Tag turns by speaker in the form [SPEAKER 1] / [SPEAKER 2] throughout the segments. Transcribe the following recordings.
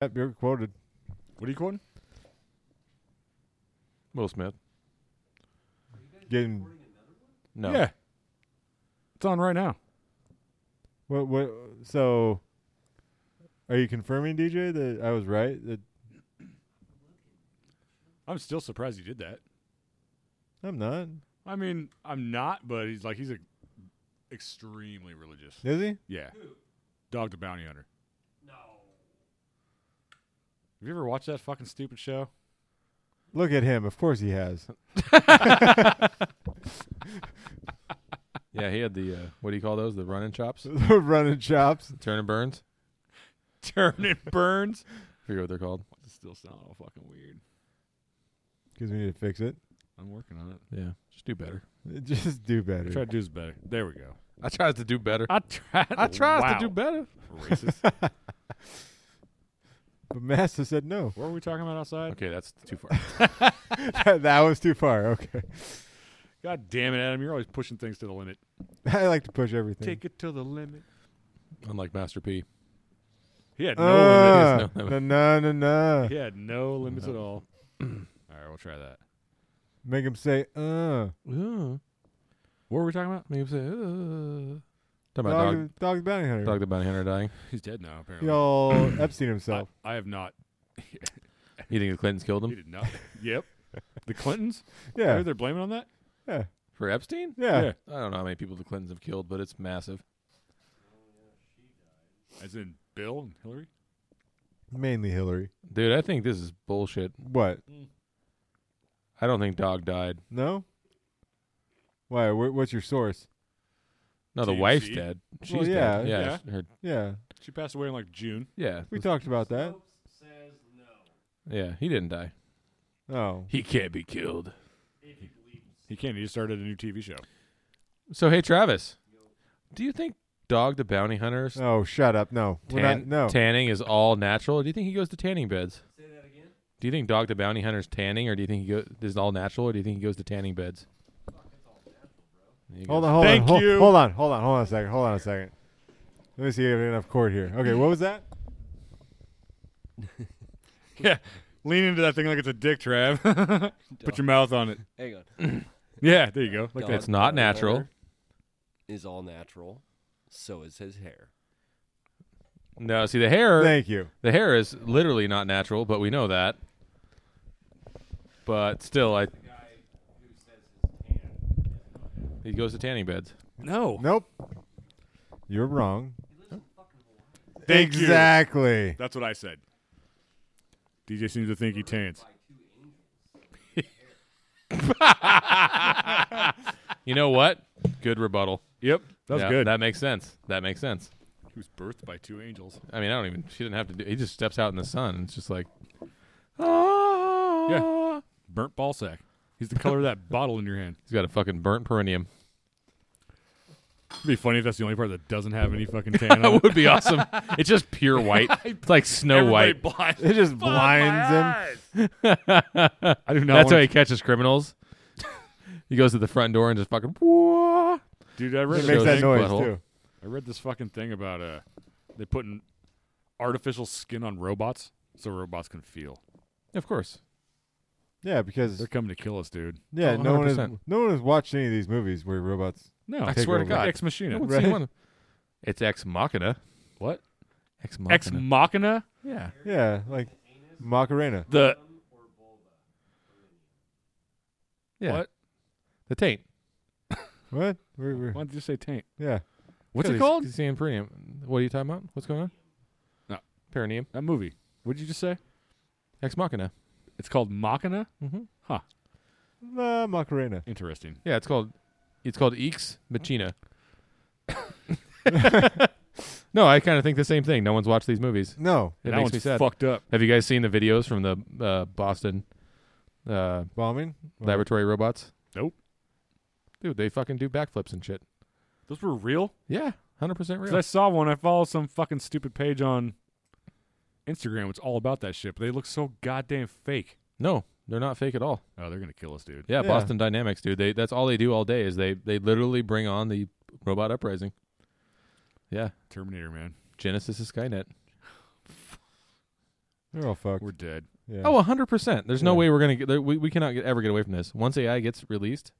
[SPEAKER 1] Yep, you're quoted.
[SPEAKER 2] What are you quoting?
[SPEAKER 3] Will Smith.
[SPEAKER 1] Getting
[SPEAKER 3] No.
[SPEAKER 2] Yeah. It's on right now.
[SPEAKER 1] what? What? So, are you confirming DJ that I was right? That
[SPEAKER 2] I'm still surprised he did that.
[SPEAKER 1] I'm not.
[SPEAKER 2] I mean, I'm not, but he's like he's a extremely religious.
[SPEAKER 1] Is he?
[SPEAKER 2] Yeah. Dog the Bounty Hunter. No. Have you ever watched that fucking stupid show?
[SPEAKER 1] Look at him. Of course he has.
[SPEAKER 3] Yeah, he had the uh, what do you call those? The running chops,
[SPEAKER 1] Running chops.
[SPEAKER 3] turn and burns.
[SPEAKER 2] Turn it burns.
[SPEAKER 3] I forget what they're called.
[SPEAKER 2] It's still sound all fucking weird.
[SPEAKER 1] Because we need to fix it.
[SPEAKER 2] I'm working on it.
[SPEAKER 3] Yeah, just do better.
[SPEAKER 1] Just do
[SPEAKER 2] I
[SPEAKER 1] better.
[SPEAKER 2] tried to do is better. There we go.
[SPEAKER 3] I tries to do better.
[SPEAKER 2] I tried.
[SPEAKER 3] I tries
[SPEAKER 2] wow.
[SPEAKER 3] to do better.
[SPEAKER 2] Racist.
[SPEAKER 1] But Master said no.
[SPEAKER 2] what were we talking about outside?
[SPEAKER 3] Okay, that's too far.
[SPEAKER 1] that, that was too far. Okay.
[SPEAKER 2] God damn it, Adam! You're always pushing things to the limit.
[SPEAKER 1] I like to push everything.
[SPEAKER 2] Take it to the limit.
[SPEAKER 3] Unlike Master P.
[SPEAKER 2] He had no limit.
[SPEAKER 1] Uh,
[SPEAKER 3] limit, no
[SPEAKER 1] no, no, no, no.
[SPEAKER 2] He had no limits at all. all right, we'll try that.
[SPEAKER 1] Make him say, uh.
[SPEAKER 3] Yeah.
[SPEAKER 2] What were we talking about?
[SPEAKER 3] Make him say, uh. Talking about
[SPEAKER 1] Dog,
[SPEAKER 3] dog,
[SPEAKER 1] dog, the bounty hunter.
[SPEAKER 3] dog, the bounty hunter dying.
[SPEAKER 2] He's dead now, apparently.
[SPEAKER 1] He all Epstein himself.
[SPEAKER 2] I, I have not.
[SPEAKER 3] You think the Clintons killed
[SPEAKER 2] He
[SPEAKER 3] him
[SPEAKER 2] did not. yep. The Clintons?
[SPEAKER 1] yeah.
[SPEAKER 2] They're- They're blaming on that?
[SPEAKER 1] yeah.
[SPEAKER 3] for Epstein?
[SPEAKER 1] Yeah.
[SPEAKER 2] Yeah.
[SPEAKER 3] I don't know how many people the Clintons have killed, but it's massive.
[SPEAKER 2] As in Bill and Hillary?
[SPEAKER 1] Mainly Hillary.
[SPEAKER 3] Dude, I think this is bullshit.
[SPEAKER 1] What?
[SPEAKER 3] I don't think Dog died.
[SPEAKER 1] No? Why? Wh- what's your source?
[SPEAKER 3] No, the
[SPEAKER 2] TMZ?
[SPEAKER 3] wife's dead. She's
[SPEAKER 1] yeah,
[SPEAKER 3] dead. Yeah, her-
[SPEAKER 1] Yeah.
[SPEAKER 2] She passed away in like June.
[SPEAKER 3] yeah,
[SPEAKER 1] We talked about that.
[SPEAKER 3] yeah. He didn't die.
[SPEAKER 1] Oh.
[SPEAKER 3] He can't be killed.
[SPEAKER 2] He can't. He just started a new TV show.
[SPEAKER 3] So hey, Travis, do you think Dog the Bounty Hunter's
[SPEAKER 1] Oh, shut up. No. We're
[SPEAKER 3] tan-
[SPEAKER 1] not, Oh, no.
[SPEAKER 3] tanning is all natural, or do you think he goes to tanning beds? Say that again. Do you think Dog the Bounty Hunter's tanning, or do you think he goes? This is all natural, or do you think he goes to tanning beds? There you go.
[SPEAKER 1] Hold on, hold
[SPEAKER 2] Thank
[SPEAKER 1] on. Hold,
[SPEAKER 2] you.
[SPEAKER 1] hold on, hold on, hold on a second. Hold on a second. Let me see if I have enough cord here. Okay, what was that?
[SPEAKER 2] Yeah. Lean into that thing like it's a dick, Trav. Put your mouth on it.
[SPEAKER 4] Hang on.
[SPEAKER 2] Yeah, there you go. Like
[SPEAKER 4] Dog
[SPEAKER 2] that.
[SPEAKER 3] It's not
[SPEAKER 4] Bounty
[SPEAKER 3] natural.
[SPEAKER 4] Hunter Is all natural. So is his hair.
[SPEAKER 3] No, see the hair.
[SPEAKER 1] Thank you.
[SPEAKER 3] The hair is literally not natural, but we know that. But still, I. He goes to tanning beds.
[SPEAKER 2] No.
[SPEAKER 1] Nope. You're wrong.
[SPEAKER 2] Thank you.
[SPEAKER 1] exactly.
[SPEAKER 2] That's what I said. DJ seems to think he tans.
[SPEAKER 3] You know what? Good rebuttal.
[SPEAKER 2] Yep. That was
[SPEAKER 3] Yeah,
[SPEAKER 2] good.
[SPEAKER 3] That makes sense. That makes sense.
[SPEAKER 2] he was birthed by two angels.
[SPEAKER 3] I mean, I don't even. She didn't have to do. He just steps out in the sun. And it's just like.
[SPEAKER 2] Ah.
[SPEAKER 3] Ah.
[SPEAKER 2] Yeah. Burnt ball sack. He's the color of that bottle in your hand.
[SPEAKER 3] He's got a fucking burnt perineum.
[SPEAKER 2] It'd be funny if that's the only part that doesn't have any fucking tan on
[SPEAKER 3] That
[SPEAKER 2] it.
[SPEAKER 3] would be awesome. it's just pure white. It's like Snow
[SPEAKER 2] Everybody
[SPEAKER 3] White.
[SPEAKER 2] blind.
[SPEAKER 1] It just blinds him.
[SPEAKER 2] I do not
[SPEAKER 3] That's how
[SPEAKER 2] want
[SPEAKER 3] he catches criminals. he goes to the front door and just fucking. Whoa.
[SPEAKER 2] Dude, I read,
[SPEAKER 1] It
[SPEAKER 3] It
[SPEAKER 1] makes
[SPEAKER 2] this
[SPEAKER 3] goes
[SPEAKER 1] that
[SPEAKER 2] thing,
[SPEAKER 3] in
[SPEAKER 1] noise
[SPEAKER 3] butthole.
[SPEAKER 1] too.
[SPEAKER 2] I read this fucking thing about uh they putting artificial skin on robots so robots can feel.
[SPEAKER 3] Of course.
[SPEAKER 1] Yeah, because
[SPEAKER 2] They're coming to kill us, dude.
[SPEAKER 1] yeah,
[SPEAKER 3] Oh,
[SPEAKER 1] no one has
[SPEAKER 3] 100%.
[SPEAKER 1] no one has watched any of these movies where robots.
[SPEAKER 2] No,
[SPEAKER 3] I
[SPEAKER 1] Take
[SPEAKER 3] swear to
[SPEAKER 1] over.
[SPEAKER 3] God.
[SPEAKER 2] Ex Machina.
[SPEAKER 3] No one's
[SPEAKER 1] Right.
[SPEAKER 3] seen one. It's Ex Machina.
[SPEAKER 2] What?
[SPEAKER 3] Ex
[SPEAKER 2] Ex
[SPEAKER 3] Machina.
[SPEAKER 2] Machina?
[SPEAKER 3] yeah.
[SPEAKER 1] Yeah, like Macarena.
[SPEAKER 2] The
[SPEAKER 3] Yeah.
[SPEAKER 2] what?
[SPEAKER 3] The taint.
[SPEAKER 1] What? We're, we're,
[SPEAKER 2] Why did you say taint?
[SPEAKER 1] yeah,
[SPEAKER 2] What's
[SPEAKER 3] Yeah,
[SPEAKER 2] it
[SPEAKER 3] he's-
[SPEAKER 2] called?
[SPEAKER 3] He's saying perineum. What are you talking about? What's going on?
[SPEAKER 2] No.
[SPEAKER 3] Perineum.
[SPEAKER 2] That movie. What did you just say?
[SPEAKER 3] Ex Machina.
[SPEAKER 2] It's called Machina?
[SPEAKER 3] Mm-hmm.
[SPEAKER 1] La Macarena.
[SPEAKER 2] Interesting.
[SPEAKER 3] Yeah, it's called. It's called Ex Machina. no, I kind of think the same thing. No one's watched these movies.
[SPEAKER 1] No,
[SPEAKER 3] It
[SPEAKER 2] that
[SPEAKER 3] makes
[SPEAKER 2] one's
[SPEAKER 3] me sad.
[SPEAKER 2] fucked up.
[SPEAKER 3] Have you guys seen the videos from the uh, Boston uh,
[SPEAKER 1] bombing. Well,
[SPEAKER 3] laboratory robots?
[SPEAKER 2] Nope.
[SPEAKER 3] Dude, they fucking do backflips and shit.
[SPEAKER 2] Those were real?
[SPEAKER 3] Yeah, hundred percent
[SPEAKER 2] Because
[SPEAKER 3] real.
[SPEAKER 2] I saw one. I follow some fucking stupid page on Instagram. It's all about that shit. But they look so goddamn fake.
[SPEAKER 3] No, they're not fake at all.
[SPEAKER 2] Oh, they're gonna kill us, dude.
[SPEAKER 3] Yeah,
[SPEAKER 1] Yeah.
[SPEAKER 3] Boston Dynamics, dude. They that's all they do all day is they they literally bring on the robot uprising. Yeah,
[SPEAKER 2] Terminator, man.
[SPEAKER 3] Genesis is Skynet.
[SPEAKER 1] They're all fucked.
[SPEAKER 2] We're dead.
[SPEAKER 1] yeah.
[SPEAKER 3] Oh, 100%. There's no
[SPEAKER 1] Yeah.
[SPEAKER 3] way we're going to get there. We, we cannot get, ever get away from this. Once AI gets released,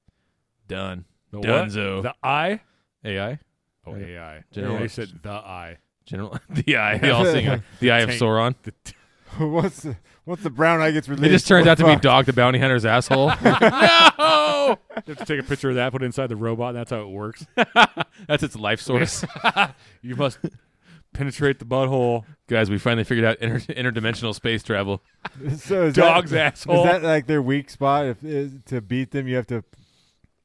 [SPEAKER 3] done.
[SPEAKER 2] The
[SPEAKER 1] Oh.
[SPEAKER 3] Dunzo.
[SPEAKER 2] What? The eye?
[SPEAKER 3] AI?
[SPEAKER 2] Oh,
[SPEAKER 3] Yeah.
[SPEAKER 2] AI.
[SPEAKER 3] General-
[SPEAKER 2] They said the eye.
[SPEAKER 3] General. the eye. We all sing it. The eye of
[SPEAKER 2] Tank.
[SPEAKER 3] Sauron.
[SPEAKER 2] The t-
[SPEAKER 1] once the, once the brown eye gets released,
[SPEAKER 3] It just turns
[SPEAKER 1] we're
[SPEAKER 3] out to be
[SPEAKER 1] fucked.
[SPEAKER 3] Dog the Bounty Hunter's asshole. no!
[SPEAKER 2] you have to take a picture of that, put it inside the robot, and that's how it works.
[SPEAKER 3] That's its life source.
[SPEAKER 2] You must penetrate the butthole.
[SPEAKER 3] Guys, we finally figured out inter- interdimensional space travel.
[SPEAKER 1] so is
[SPEAKER 2] Dog's
[SPEAKER 1] that, Is
[SPEAKER 2] asshole.
[SPEAKER 1] that like their weak spot? If is, to beat them, you have to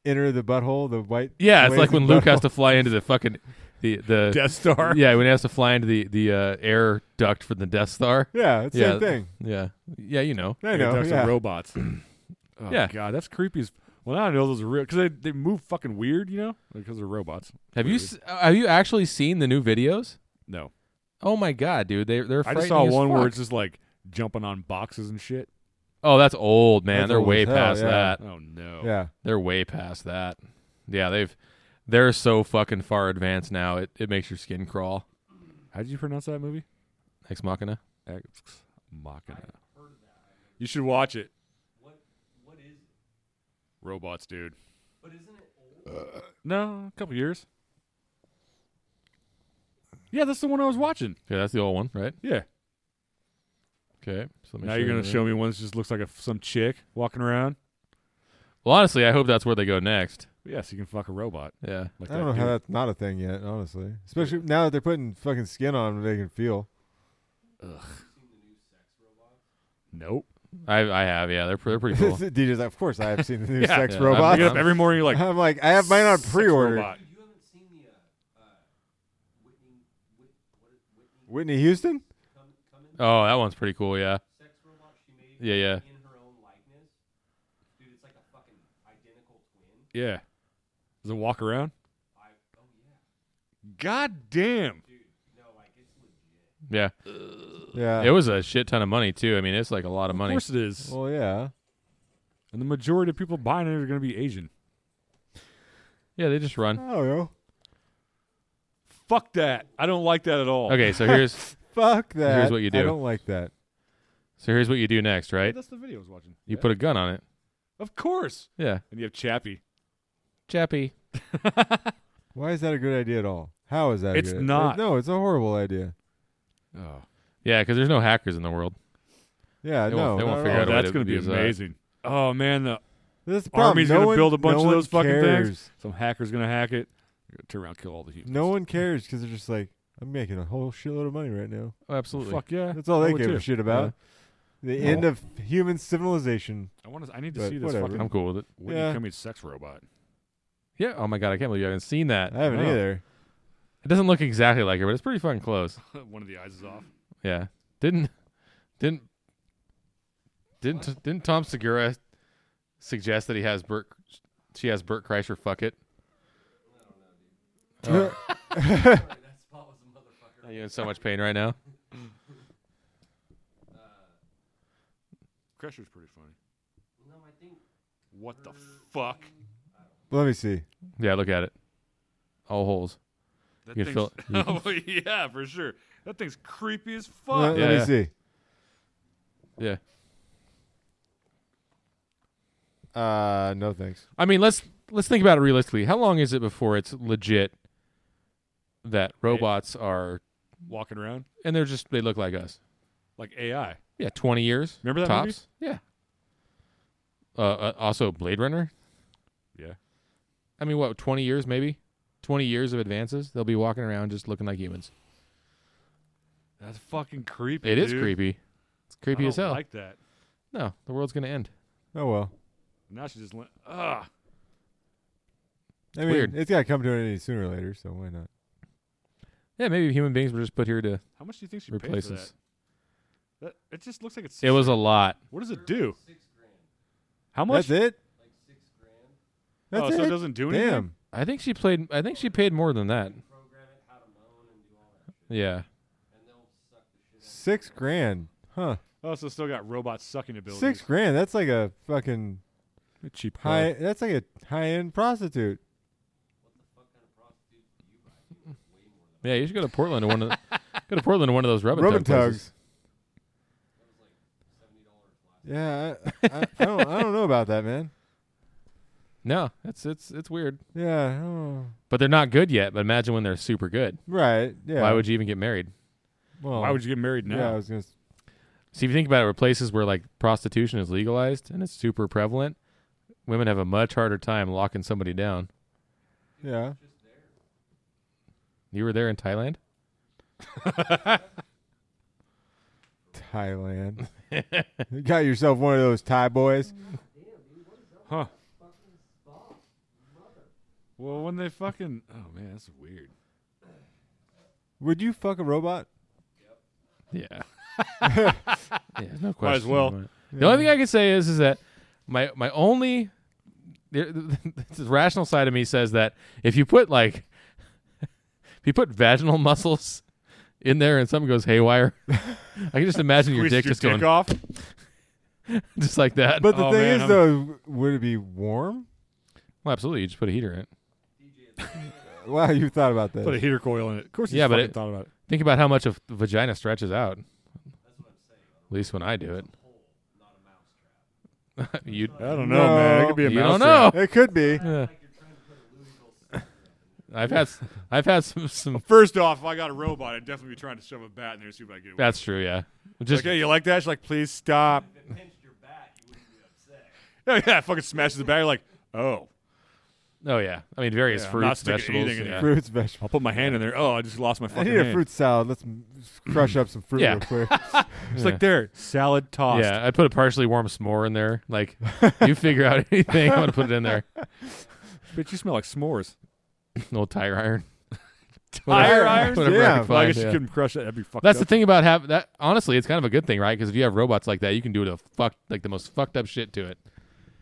[SPEAKER 1] enter the butthole, the white.
[SPEAKER 3] Yeah, it's like
[SPEAKER 1] blazing
[SPEAKER 3] when Luke has
[SPEAKER 1] butthole.
[SPEAKER 3] to fly into the fucking the the
[SPEAKER 2] Death Star.
[SPEAKER 3] Yeah, when he has to fly into the the uh, air duct for the Death Star.
[SPEAKER 1] Yeah, it's the
[SPEAKER 3] Yeah.
[SPEAKER 1] same thing.
[SPEAKER 3] Yeah, yeah, you know.
[SPEAKER 1] I
[SPEAKER 2] Yeah,
[SPEAKER 1] know.
[SPEAKER 2] that's the
[SPEAKER 1] Yeah.
[SPEAKER 2] robots. oh,
[SPEAKER 3] Yeah.
[SPEAKER 2] God, that's creepy as. Well, now I know those are real because they, they move fucking weird, you know, because they're robots.
[SPEAKER 3] Have you
[SPEAKER 2] Weird.
[SPEAKER 3] s- uh, have you actually seen the new videos?
[SPEAKER 2] No,
[SPEAKER 3] Oh my god, dude, they they're.
[SPEAKER 2] I just
[SPEAKER 3] frightening
[SPEAKER 2] saw
[SPEAKER 3] as
[SPEAKER 2] one where
[SPEAKER 3] fuck.
[SPEAKER 2] it's just like jumping on boxes and shit.
[SPEAKER 3] Oh, that's old man.
[SPEAKER 1] That's
[SPEAKER 3] they're
[SPEAKER 1] old
[SPEAKER 3] way
[SPEAKER 1] as hell,
[SPEAKER 3] past
[SPEAKER 1] yeah.
[SPEAKER 3] that.
[SPEAKER 2] Oh no.
[SPEAKER 1] Yeah,
[SPEAKER 3] They're way past that. Yeah, they've they're so fucking far advanced now. It it makes your skin crawl.
[SPEAKER 2] How did you pronounce that movie?
[SPEAKER 3] Ex Machina.
[SPEAKER 2] Ex Machina. You should watch it. What? What is? Robots, dude.
[SPEAKER 1] Uh.
[SPEAKER 2] But isn't it old? no, a couple years. Yeah, that's the one I was watching.
[SPEAKER 3] Yeah, that's the old one, right?
[SPEAKER 2] Yeah.
[SPEAKER 3] Okay. So let me
[SPEAKER 2] now
[SPEAKER 3] show
[SPEAKER 2] you're
[SPEAKER 3] you
[SPEAKER 2] gonna
[SPEAKER 3] the-
[SPEAKER 2] show me one that just looks like a, some chick walking around.
[SPEAKER 3] Well, honestly, I hope that's where they go next.
[SPEAKER 2] Yes, you can fuck a robot.
[SPEAKER 3] Yeah.
[SPEAKER 2] Like
[SPEAKER 1] I don't know
[SPEAKER 2] that
[SPEAKER 1] how
[SPEAKER 2] dude.
[SPEAKER 1] that's not a thing yet. Honestly, especially now that they're putting fucking skin on, them, they can feel.
[SPEAKER 2] Nope.
[SPEAKER 3] I I have. Yeah, they're pre- they're pretty cool.
[SPEAKER 1] DJ's like, of course I have seen the new
[SPEAKER 2] Yeah.
[SPEAKER 1] sex
[SPEAKER 3] Yeah.
[SPEAKER 1] robot.
[SPEAKER 2] You get up every morning, you're like,
[SPEAKER 1] I'm like, I have mine on
[SPEAKER 2] "Sex
[SPEAKER 1] pre-order.
[SPEAKER 2] robot."
[SPEAKER 1] Whitney Houston.
[SPEAKER 3] Oh, that one's pretty cool. Yeah. Yeah, yeah.
[SPEAKER 2] Yeah. Does it walk around? oh, God damn.
[SPEAKER 3] Yeah.
[SPEAKER 1] Yeah.
[SPEAKER 3] It was a shit ton of money too. I mean, it's like a lot of
[SPEAKER 2] Of
[SPEAKER 3] money.
[SPEAKER 2] course it is.
[SPEAKER 1] well, yeah.
[SPEAKER 2] And the majority of people buying it are going to be Asian.
[SPEAKER 3] Yeah, they just
[SPEAKER 1] I
[SPEAKER 3] run.
[SPEAKER 1] don't know.
[SPEAKER 2] Fuck that. I don't like that at all.
[SPEAKER 3] Okay, so here's
[SPEAKER 1] Fuck that.
[SPEAKER 3] what you
[SPEAKER 1] I
[SPEAKER 3] do.
[SPEAKER 1] don't like that.
[SPEAKER 3] so here's what you do next, right?
[SPEAKER 2] That's the video I was watching.
[SPEAKER 3] You
[SPEAKER 2] Yeah.
[SPEAKER 3] put a gun on it.
[SPEAKER 2] Of course.
[SPEAKER 3] Yeah.
[SPEAKER 2] And you have Chappie.
[SPEAKER 3] Chappie.
[SPEAKER 1] Why is that a good idea at all? How is that? a
[SPEAKER 2] It's
[SPEAKER 1] good-
[SPEAKER 2] not.
[SPEAKER 1] No, it's a horrible idea.
[SPEAKER 2] Oh,
[SPEAKER 3] Yeah, because there's no hackers in the world.
[SPEAKER 1] Yeah,
[SPEAKER 3] They
[SPEAKER 1] no.
[SPEAKER 3] won't- they won't
[SPEAKER 1] not at
[SPEAKER 3] figure
[SPEAKER 1] all.
[SPEAKER 3] out a way
[SPEAKER 2] that's
[SPEAKER 3] to
[SPEAKER 2] going to be
[SPEAKER 3] use that.
[SPEAKER 2] amazing. Oh, man. The,
[SPEAKER 1] This is the problem.
[SPEAKER 2] Army's
[SPEAKER 1] no
[SPEAKER 2] gonna
[SPEAKER 1] one-
[SPEAKER 2] build a bunch
[SPEAKER 1] no
[SPEAKER 2] of
[SPEAKER 1] one
[SPEAKER 2] those fucking
[SPEAKER 1] cares.
[SPEAKER 2] things. some hacker's going to hack it. Turn around, kill all the humans.
[SPEAKER 1] No one cares because they're just like, I'm making a whole shitload of money right now.
[SPEAKER 3] Oh, absolutely.
[SPEAKER 2] Fuck yeah.
[SPEAKER 1] That's all
[SPEAKER 2] I
[SPEAKER 1] they
[SPEAKER 2] would
[SPEAKER 1] give
[SPEAKER 2] too.
[SPEAKER 1] a shit about. The
[SPEAKER 2] No.
[SPEAKER 1] end of human civilization.
[SPEAKER 2] I, want to, I need to
[SPEAKER 1] But
[SPEAKER 2] see this
[SPEAKER 1] whatever.
[SPEAKER 2] fucking
[SPEAKER 3] I'm cool with it.
[SPEAKER 2] Whitney
[SPEAKER 1] Yeah.
[SPEAKER 2] Cummings sex robot.
[SPEAKER 3] Yeah. Oh my god, I can't believe you haven't seen that.
[SPEAKER 1] I haven't
[SPEAKER 2] no.
[SPEAKER 1] either.
[SPEAKER 3] It doesn't look exactly like her, but it's pretty fucking close.
[SPEAKER 2] one of the eyes is off.
[SPEAKER 3] Yeah. Didn't didn't didn't didn't Tom Segura suggest that he has Bert she has Bert Kreischer fuck it?
[SPEAKER 2] Oh.
[SPEAKER 3] Are you in so much pain right now?
[SPEAKER 2] Crusher's pretty funny. What the fuck?
[SPEAKER 1] Let me see.
[SPEAKER 3] Yeah, look at it. All holes.
[SPEAKER 2] That
[SPEAKER 3] You can feel
[SPEAKER 2] thing's- Oh, yeah, for sure. That thing's creepy as
[SPEAKER 1] Let, let
[SPEAKER 2] fuck.
[SPEAKER 3] Yeah.
[SPEAKER 1] me see.
[SPEAKER 3] Yeah.
[SPEAKER 1] Uh, no thanks.
[SPEAKER 3] I mean, let's let's think about it realistically. How long is it before it's legit that robots are
[SPEAKER 2] Walking around
[SPEAKER 3] and they're just they look like us?
[SPEAKER 2] like AI.
[SPEAKER 3] Yeah, twenty years.
[SPEAKER 2] Remember that movie?
[SPEAKER 3] tops? Yeah. Uh, uh, also, Blade Runner.
[SPEAKER 2] Yeah.
[SPEAKER 3] I mean, what twenty years maybe? Twenty years of advances. They'll be walking around just looking like humans.
[SPEAKER 2] That's fucking creepy.
[SPEAKER 3] It is
[SPEAKER 2] dude.
[SPEAKER 3] creepy. It's creepy
[SPEAKER 2] I
[SPEAKER 3] as
[SPEAKER 2] don't
[SPEAKER 3] hell.
[SPEAKER 2] like that.
[SPEAKER 3] no, the world's gonna end.
[SPEAKER 1] Oh well.
[SPEAKER 2] Now she just went, ugh.
[SPEAKER 1] I mean,
[SPEAKER 3] weird.
[SPEAKER 1] it's got to come to an end sooner or later, so why not?
[SPEAKER 3] Yeah, maybe human beings were just put here to
[SPEAKER 2] How much do you think she paid
[SPEAKER 3] replace
[SPEAKER 2] for
[SPEAKER 3] us.
[SPEAKER 2] that? that? It just looks like it's.
[SPEAKER 3] It was a lot.
[SPEAKER 2] What does it do? How much?
[SPEAKER 1] That's it. That's
[SPEAKER 2] oh,
[SPEAKER 1] it.
[SPEAKER 2] so it doesn't do anything.
[SPEAKER 1] Damn.
[SPEAKER 3] I think she played. I think she paid more than that. Yeah.
[SPEAKER 1] Six grand. Huh.
[SPEAKER 2] Oh, so it's still got robot sucking abilities.
[SPEAKER 1] Six grand. That's like a fucking
[SPEAKER 2] A cheap
[SPEAKER 1] high. That's like a high end prostitute.
[SPEAKER 3] Yeah, you should go to Portland to one of the, go to Portland to one of those rubbing,
[SPEAKER 1] Rub and
[SPEAKER 3] tug places.
[SPEAKER 1] tugs. Yeah, I, I, I don't. I don't know about that, man.
[SPEAKER 3] No, it's it's it's weird.
[SPEAKER 1] Yeah. I don't know.
[SPEAKER 3] But they're not good yet. But imagine when they're super good.
[SPEAKER 1] Right. Yeah.
[SPEAKER 3] Why would you even get married?
[SPEAKER 1] Well,
[SPEAKER 2] Why would you get married now?
[SPEAKER 1] Yeah, I was gonna. s-
[SPEAKER 3] See, if you think about it, with places where like prostitution is legalized and it's super prevalent, women have a much harder time locking somebody down.
[SPEAKER 1] Yeah.
[SPEAKER 3] You were there in Thailand.
[SPEAKER 1] Thailand. you got yourself one of those Thai boys.
[SPEAKER 2] Huh. Well, when they fucking oh man, that's weird.
[SPEAKER 1] Would you fuck a robot?
[SPEAKER 3] Yeah. yeah, no question.
[SPEAKER 2] as well.
[SPEAKER 3] about it. The only thing I can say is is that my my only the, the rational side of me says that if you put like if you put vaginal muscles in there and something goes haywire, I can just imagine your
[SPEAKER 2] Squeezed
[SPEAKER 3] dick just going
[SPEAKER 2] off.
[SPEAKER 3] just like that.
[SPEAKER 1] But the
[SPEAKER 2] Oh,
[SPEAKER 1] thing
[SPEAKER 2] man,
[SPEAKER 1] is,
[SPEAKER 2] I'm-
[SPEAKER 1] though, would it be warm?
[SPEAKER 3] well, absolutely, you just put a heater in it.
[SPEAKER 1] Wow, you thought about
[SPEAKER 2] Put a
[SPEAKER 1] that.
[SPEAKER 2] heater coil in it. Of course,
[SPEAKER 3] Yeah,
[SPEAKER 2] yeah,
[SPEAKER 3] but
[SPEAKER 2] but
[SPEAKER 3] it-
[SPEAKER 2] thought about it.
[SPEAKER 3] Think about how much a vagina stretches out. At least when I do it. you
[SPEAKER 2] I don't know, man. It
[SPEAKER 1] No.
[SPEAKER 2] could be a
[SPEAKER 3] You
[SPEAKER 2] mouse
[SPEAKER 3] don't know.
[SPEAKER 1] It could be.
[SPEAKER 3] Yeah. I've had s- I've had some, some
[SPEAKER 2] First off, if I got a robot, I'd definitely be trying to shove a bat in there and see if I could get away.
[SPEAKER 3] that's true, yeah. Just
[SPEAKER 2] like, hey, you like that? She's like, please stop. Yeah, yeah, fucking smashes the bat. You're like, oh,
[SPEAKER 3] oh yeah. I mean various
[SPEAKER 2] Yeah, I'm not
[SPEAKER 3] fruits,
[SPEAKER 2] sticking
[SPEAKER 3] vegetables.
[SPEAKER 2] anything in
[SPEAKER 3] yeah.
[SPEAKER 1] Fruits, vegetables.
[SPEAKER 2] I'll put my hand in there. Oh, I just lost my fucking
[SPEAKER 1] I need a
[SPEAKER 2] hand.
[SPEAKER 1] fruit salad. Let's m- crush up some fruit
[SPEAKER 3] Yeah.
[SPEAKER 1] real quick.
[SPEAKER 2] It's like there, salad tossed.
[SPEAKER 3] Yeah, I put a partially warm s'more in there. Like you figure out anything, I'm gonna put it in there.
[SPEAKER 2] Bitch, you smell like s'mores.
[SPEAKER 3] An old tire iron.
[SPEAKER 2] Tire irons?
[SPEAKER 3] Whatever I
[SPEAKER 1] Yeah, well,
[SPEAKER 3] can
[SPEAKER 2] Well, I
[SPEAKER 3] find,
[SPEAKER 2] guess
[SPEAKER 3] yeah.
[SPEAKER 2] you couldn't crush that. That'd be fucked
[SPEAKER 3] That's the
[SPEAKER 2] up.
[SPEAKER 3] thing about have that. Honestly, it's kind of a good thing, right? Because if you have robots like that, you can do the fuck like the most fucked up shit to it.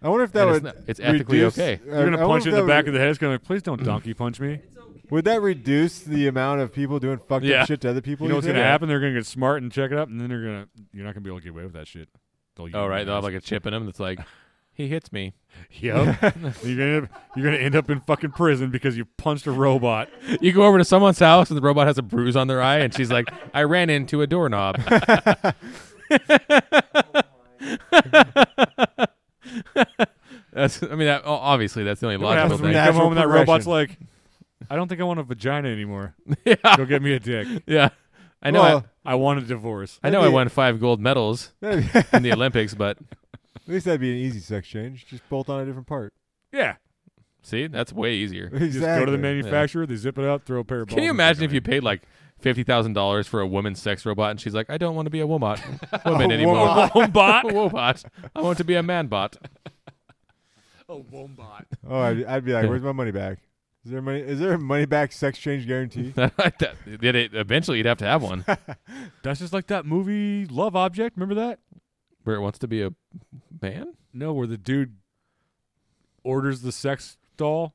[SPEAKER 1] I wonder if that
[SPEAKER 3] And it's
[SPEAKER 1] would.
[SPEAKER 3] not- it's ethically
[SPEAKER 1] reduce-
[SPEAKER 3] okay.
[SPEAKER 1] uh,
[SPEAKER 2] You're
[SPEAKER 1] I
[SPEAKER 2] gonna
[SPEAKER 1] wonder
[SPEAKER 2] punch
[SPEAKER 1] if
[SPEAKER 2] it in the
[SPEAKER 1] that
[SPEAKER 2] back
[SPEAKER 1] would-
[SPEAKER 2] of the head. It's gonna be like, please don't donkey punch me.
[SPEAKER 1] Would that reduce the amount of people doing fucked
[SPEAKER 3] Yeah.
[SPEAKER 1] up shit to other people?
[SPEAKER 2] You know what's
[SPEAKER 1] think?
[SPEAKER 2] gonna happen? They're gonna get smart and check it up, and then they're gonna you're not gonna be able to get away with that shit. They'll
[SPEAKER 3] Oh right, they'll have like a chip in them that's like, he hits me.
[SPEAKER 2] yep. you're gonna end up- you're gonna end up in fucking prison because you punched a robot.
[SPEAKER 3] You go over to someone's house and the robot has a bruise on their eye, and she's like, I ran into a doorknob. that's, I mean, that, oh, obviously, that's the only
[SPEAKER 2] What
[SPEAKER 3] logical
[SPEAKER 2] happens when you
[SPEAKER 3] thing.
[SPEAKER 2] come
[SPEAKER 1] Natural
[SPEAKER 2] home and that robot's like, I don't think I want a vagina anymore.
[SPEAKER 3] yeah,
[SPEAKER 2] Go get me a dick.
[SPEAKER 3] yeah. I know.
[SPEAKER 1] Well,
[SPEAKER 2] I want a divorce.
[SPEAKER 3] I, I know. I
[SPEAKER 1] maybe-
[SPEAKER 3] won five gold medals
[SPEAKER 1] that'd be-
[SPEAKER 3] in the Olympics, but
[SPEAKER 1] at least that'd be an easy sex change. Just bolt on a different part.
[SPEAKER 2] Yeah.
[SPEAKER 3] see, that's way easier.
[SPEAKER 1] Exactly.
[SPEAKER 2] You Just go to the manufacturer. They zip it up. Throw a pair of balls.
[SPEAKER 3] Can you
[SPEAKER 2] and
[SPEAKER 3] imagine
[SPEAKER 2] stick
[SPEAKER 3] if you
[SPEAKER 2] them
[SPEAKER 3] paid like fifty thousand dollars for a woman's sex robot, and she's like, "I don't want to be a woman, woman
[SPEAKER 1] A
[SPEAKER 3] anymore,
[SPEAKER 1] woman.
[SPEAKER 3] a wombot, wombot. I want to be a manbot."
[SPEAKER 1] Oh, I'd, I'd be like,
[SPEAKER 3] Yeah.
[SPEAKER 1] "Where's my money back? Is there money? Is there a money back sex change guarantee?"
[SPEAKER 3] Like that. Then it- eventually, you'd have to have one
[SPEAKER 2] in? That's just like that movie Love Object. Remember that?
[SPEAKER 3] where it wants to be a man.
[SPEAKER 2] No, where the dude orders the sex doll,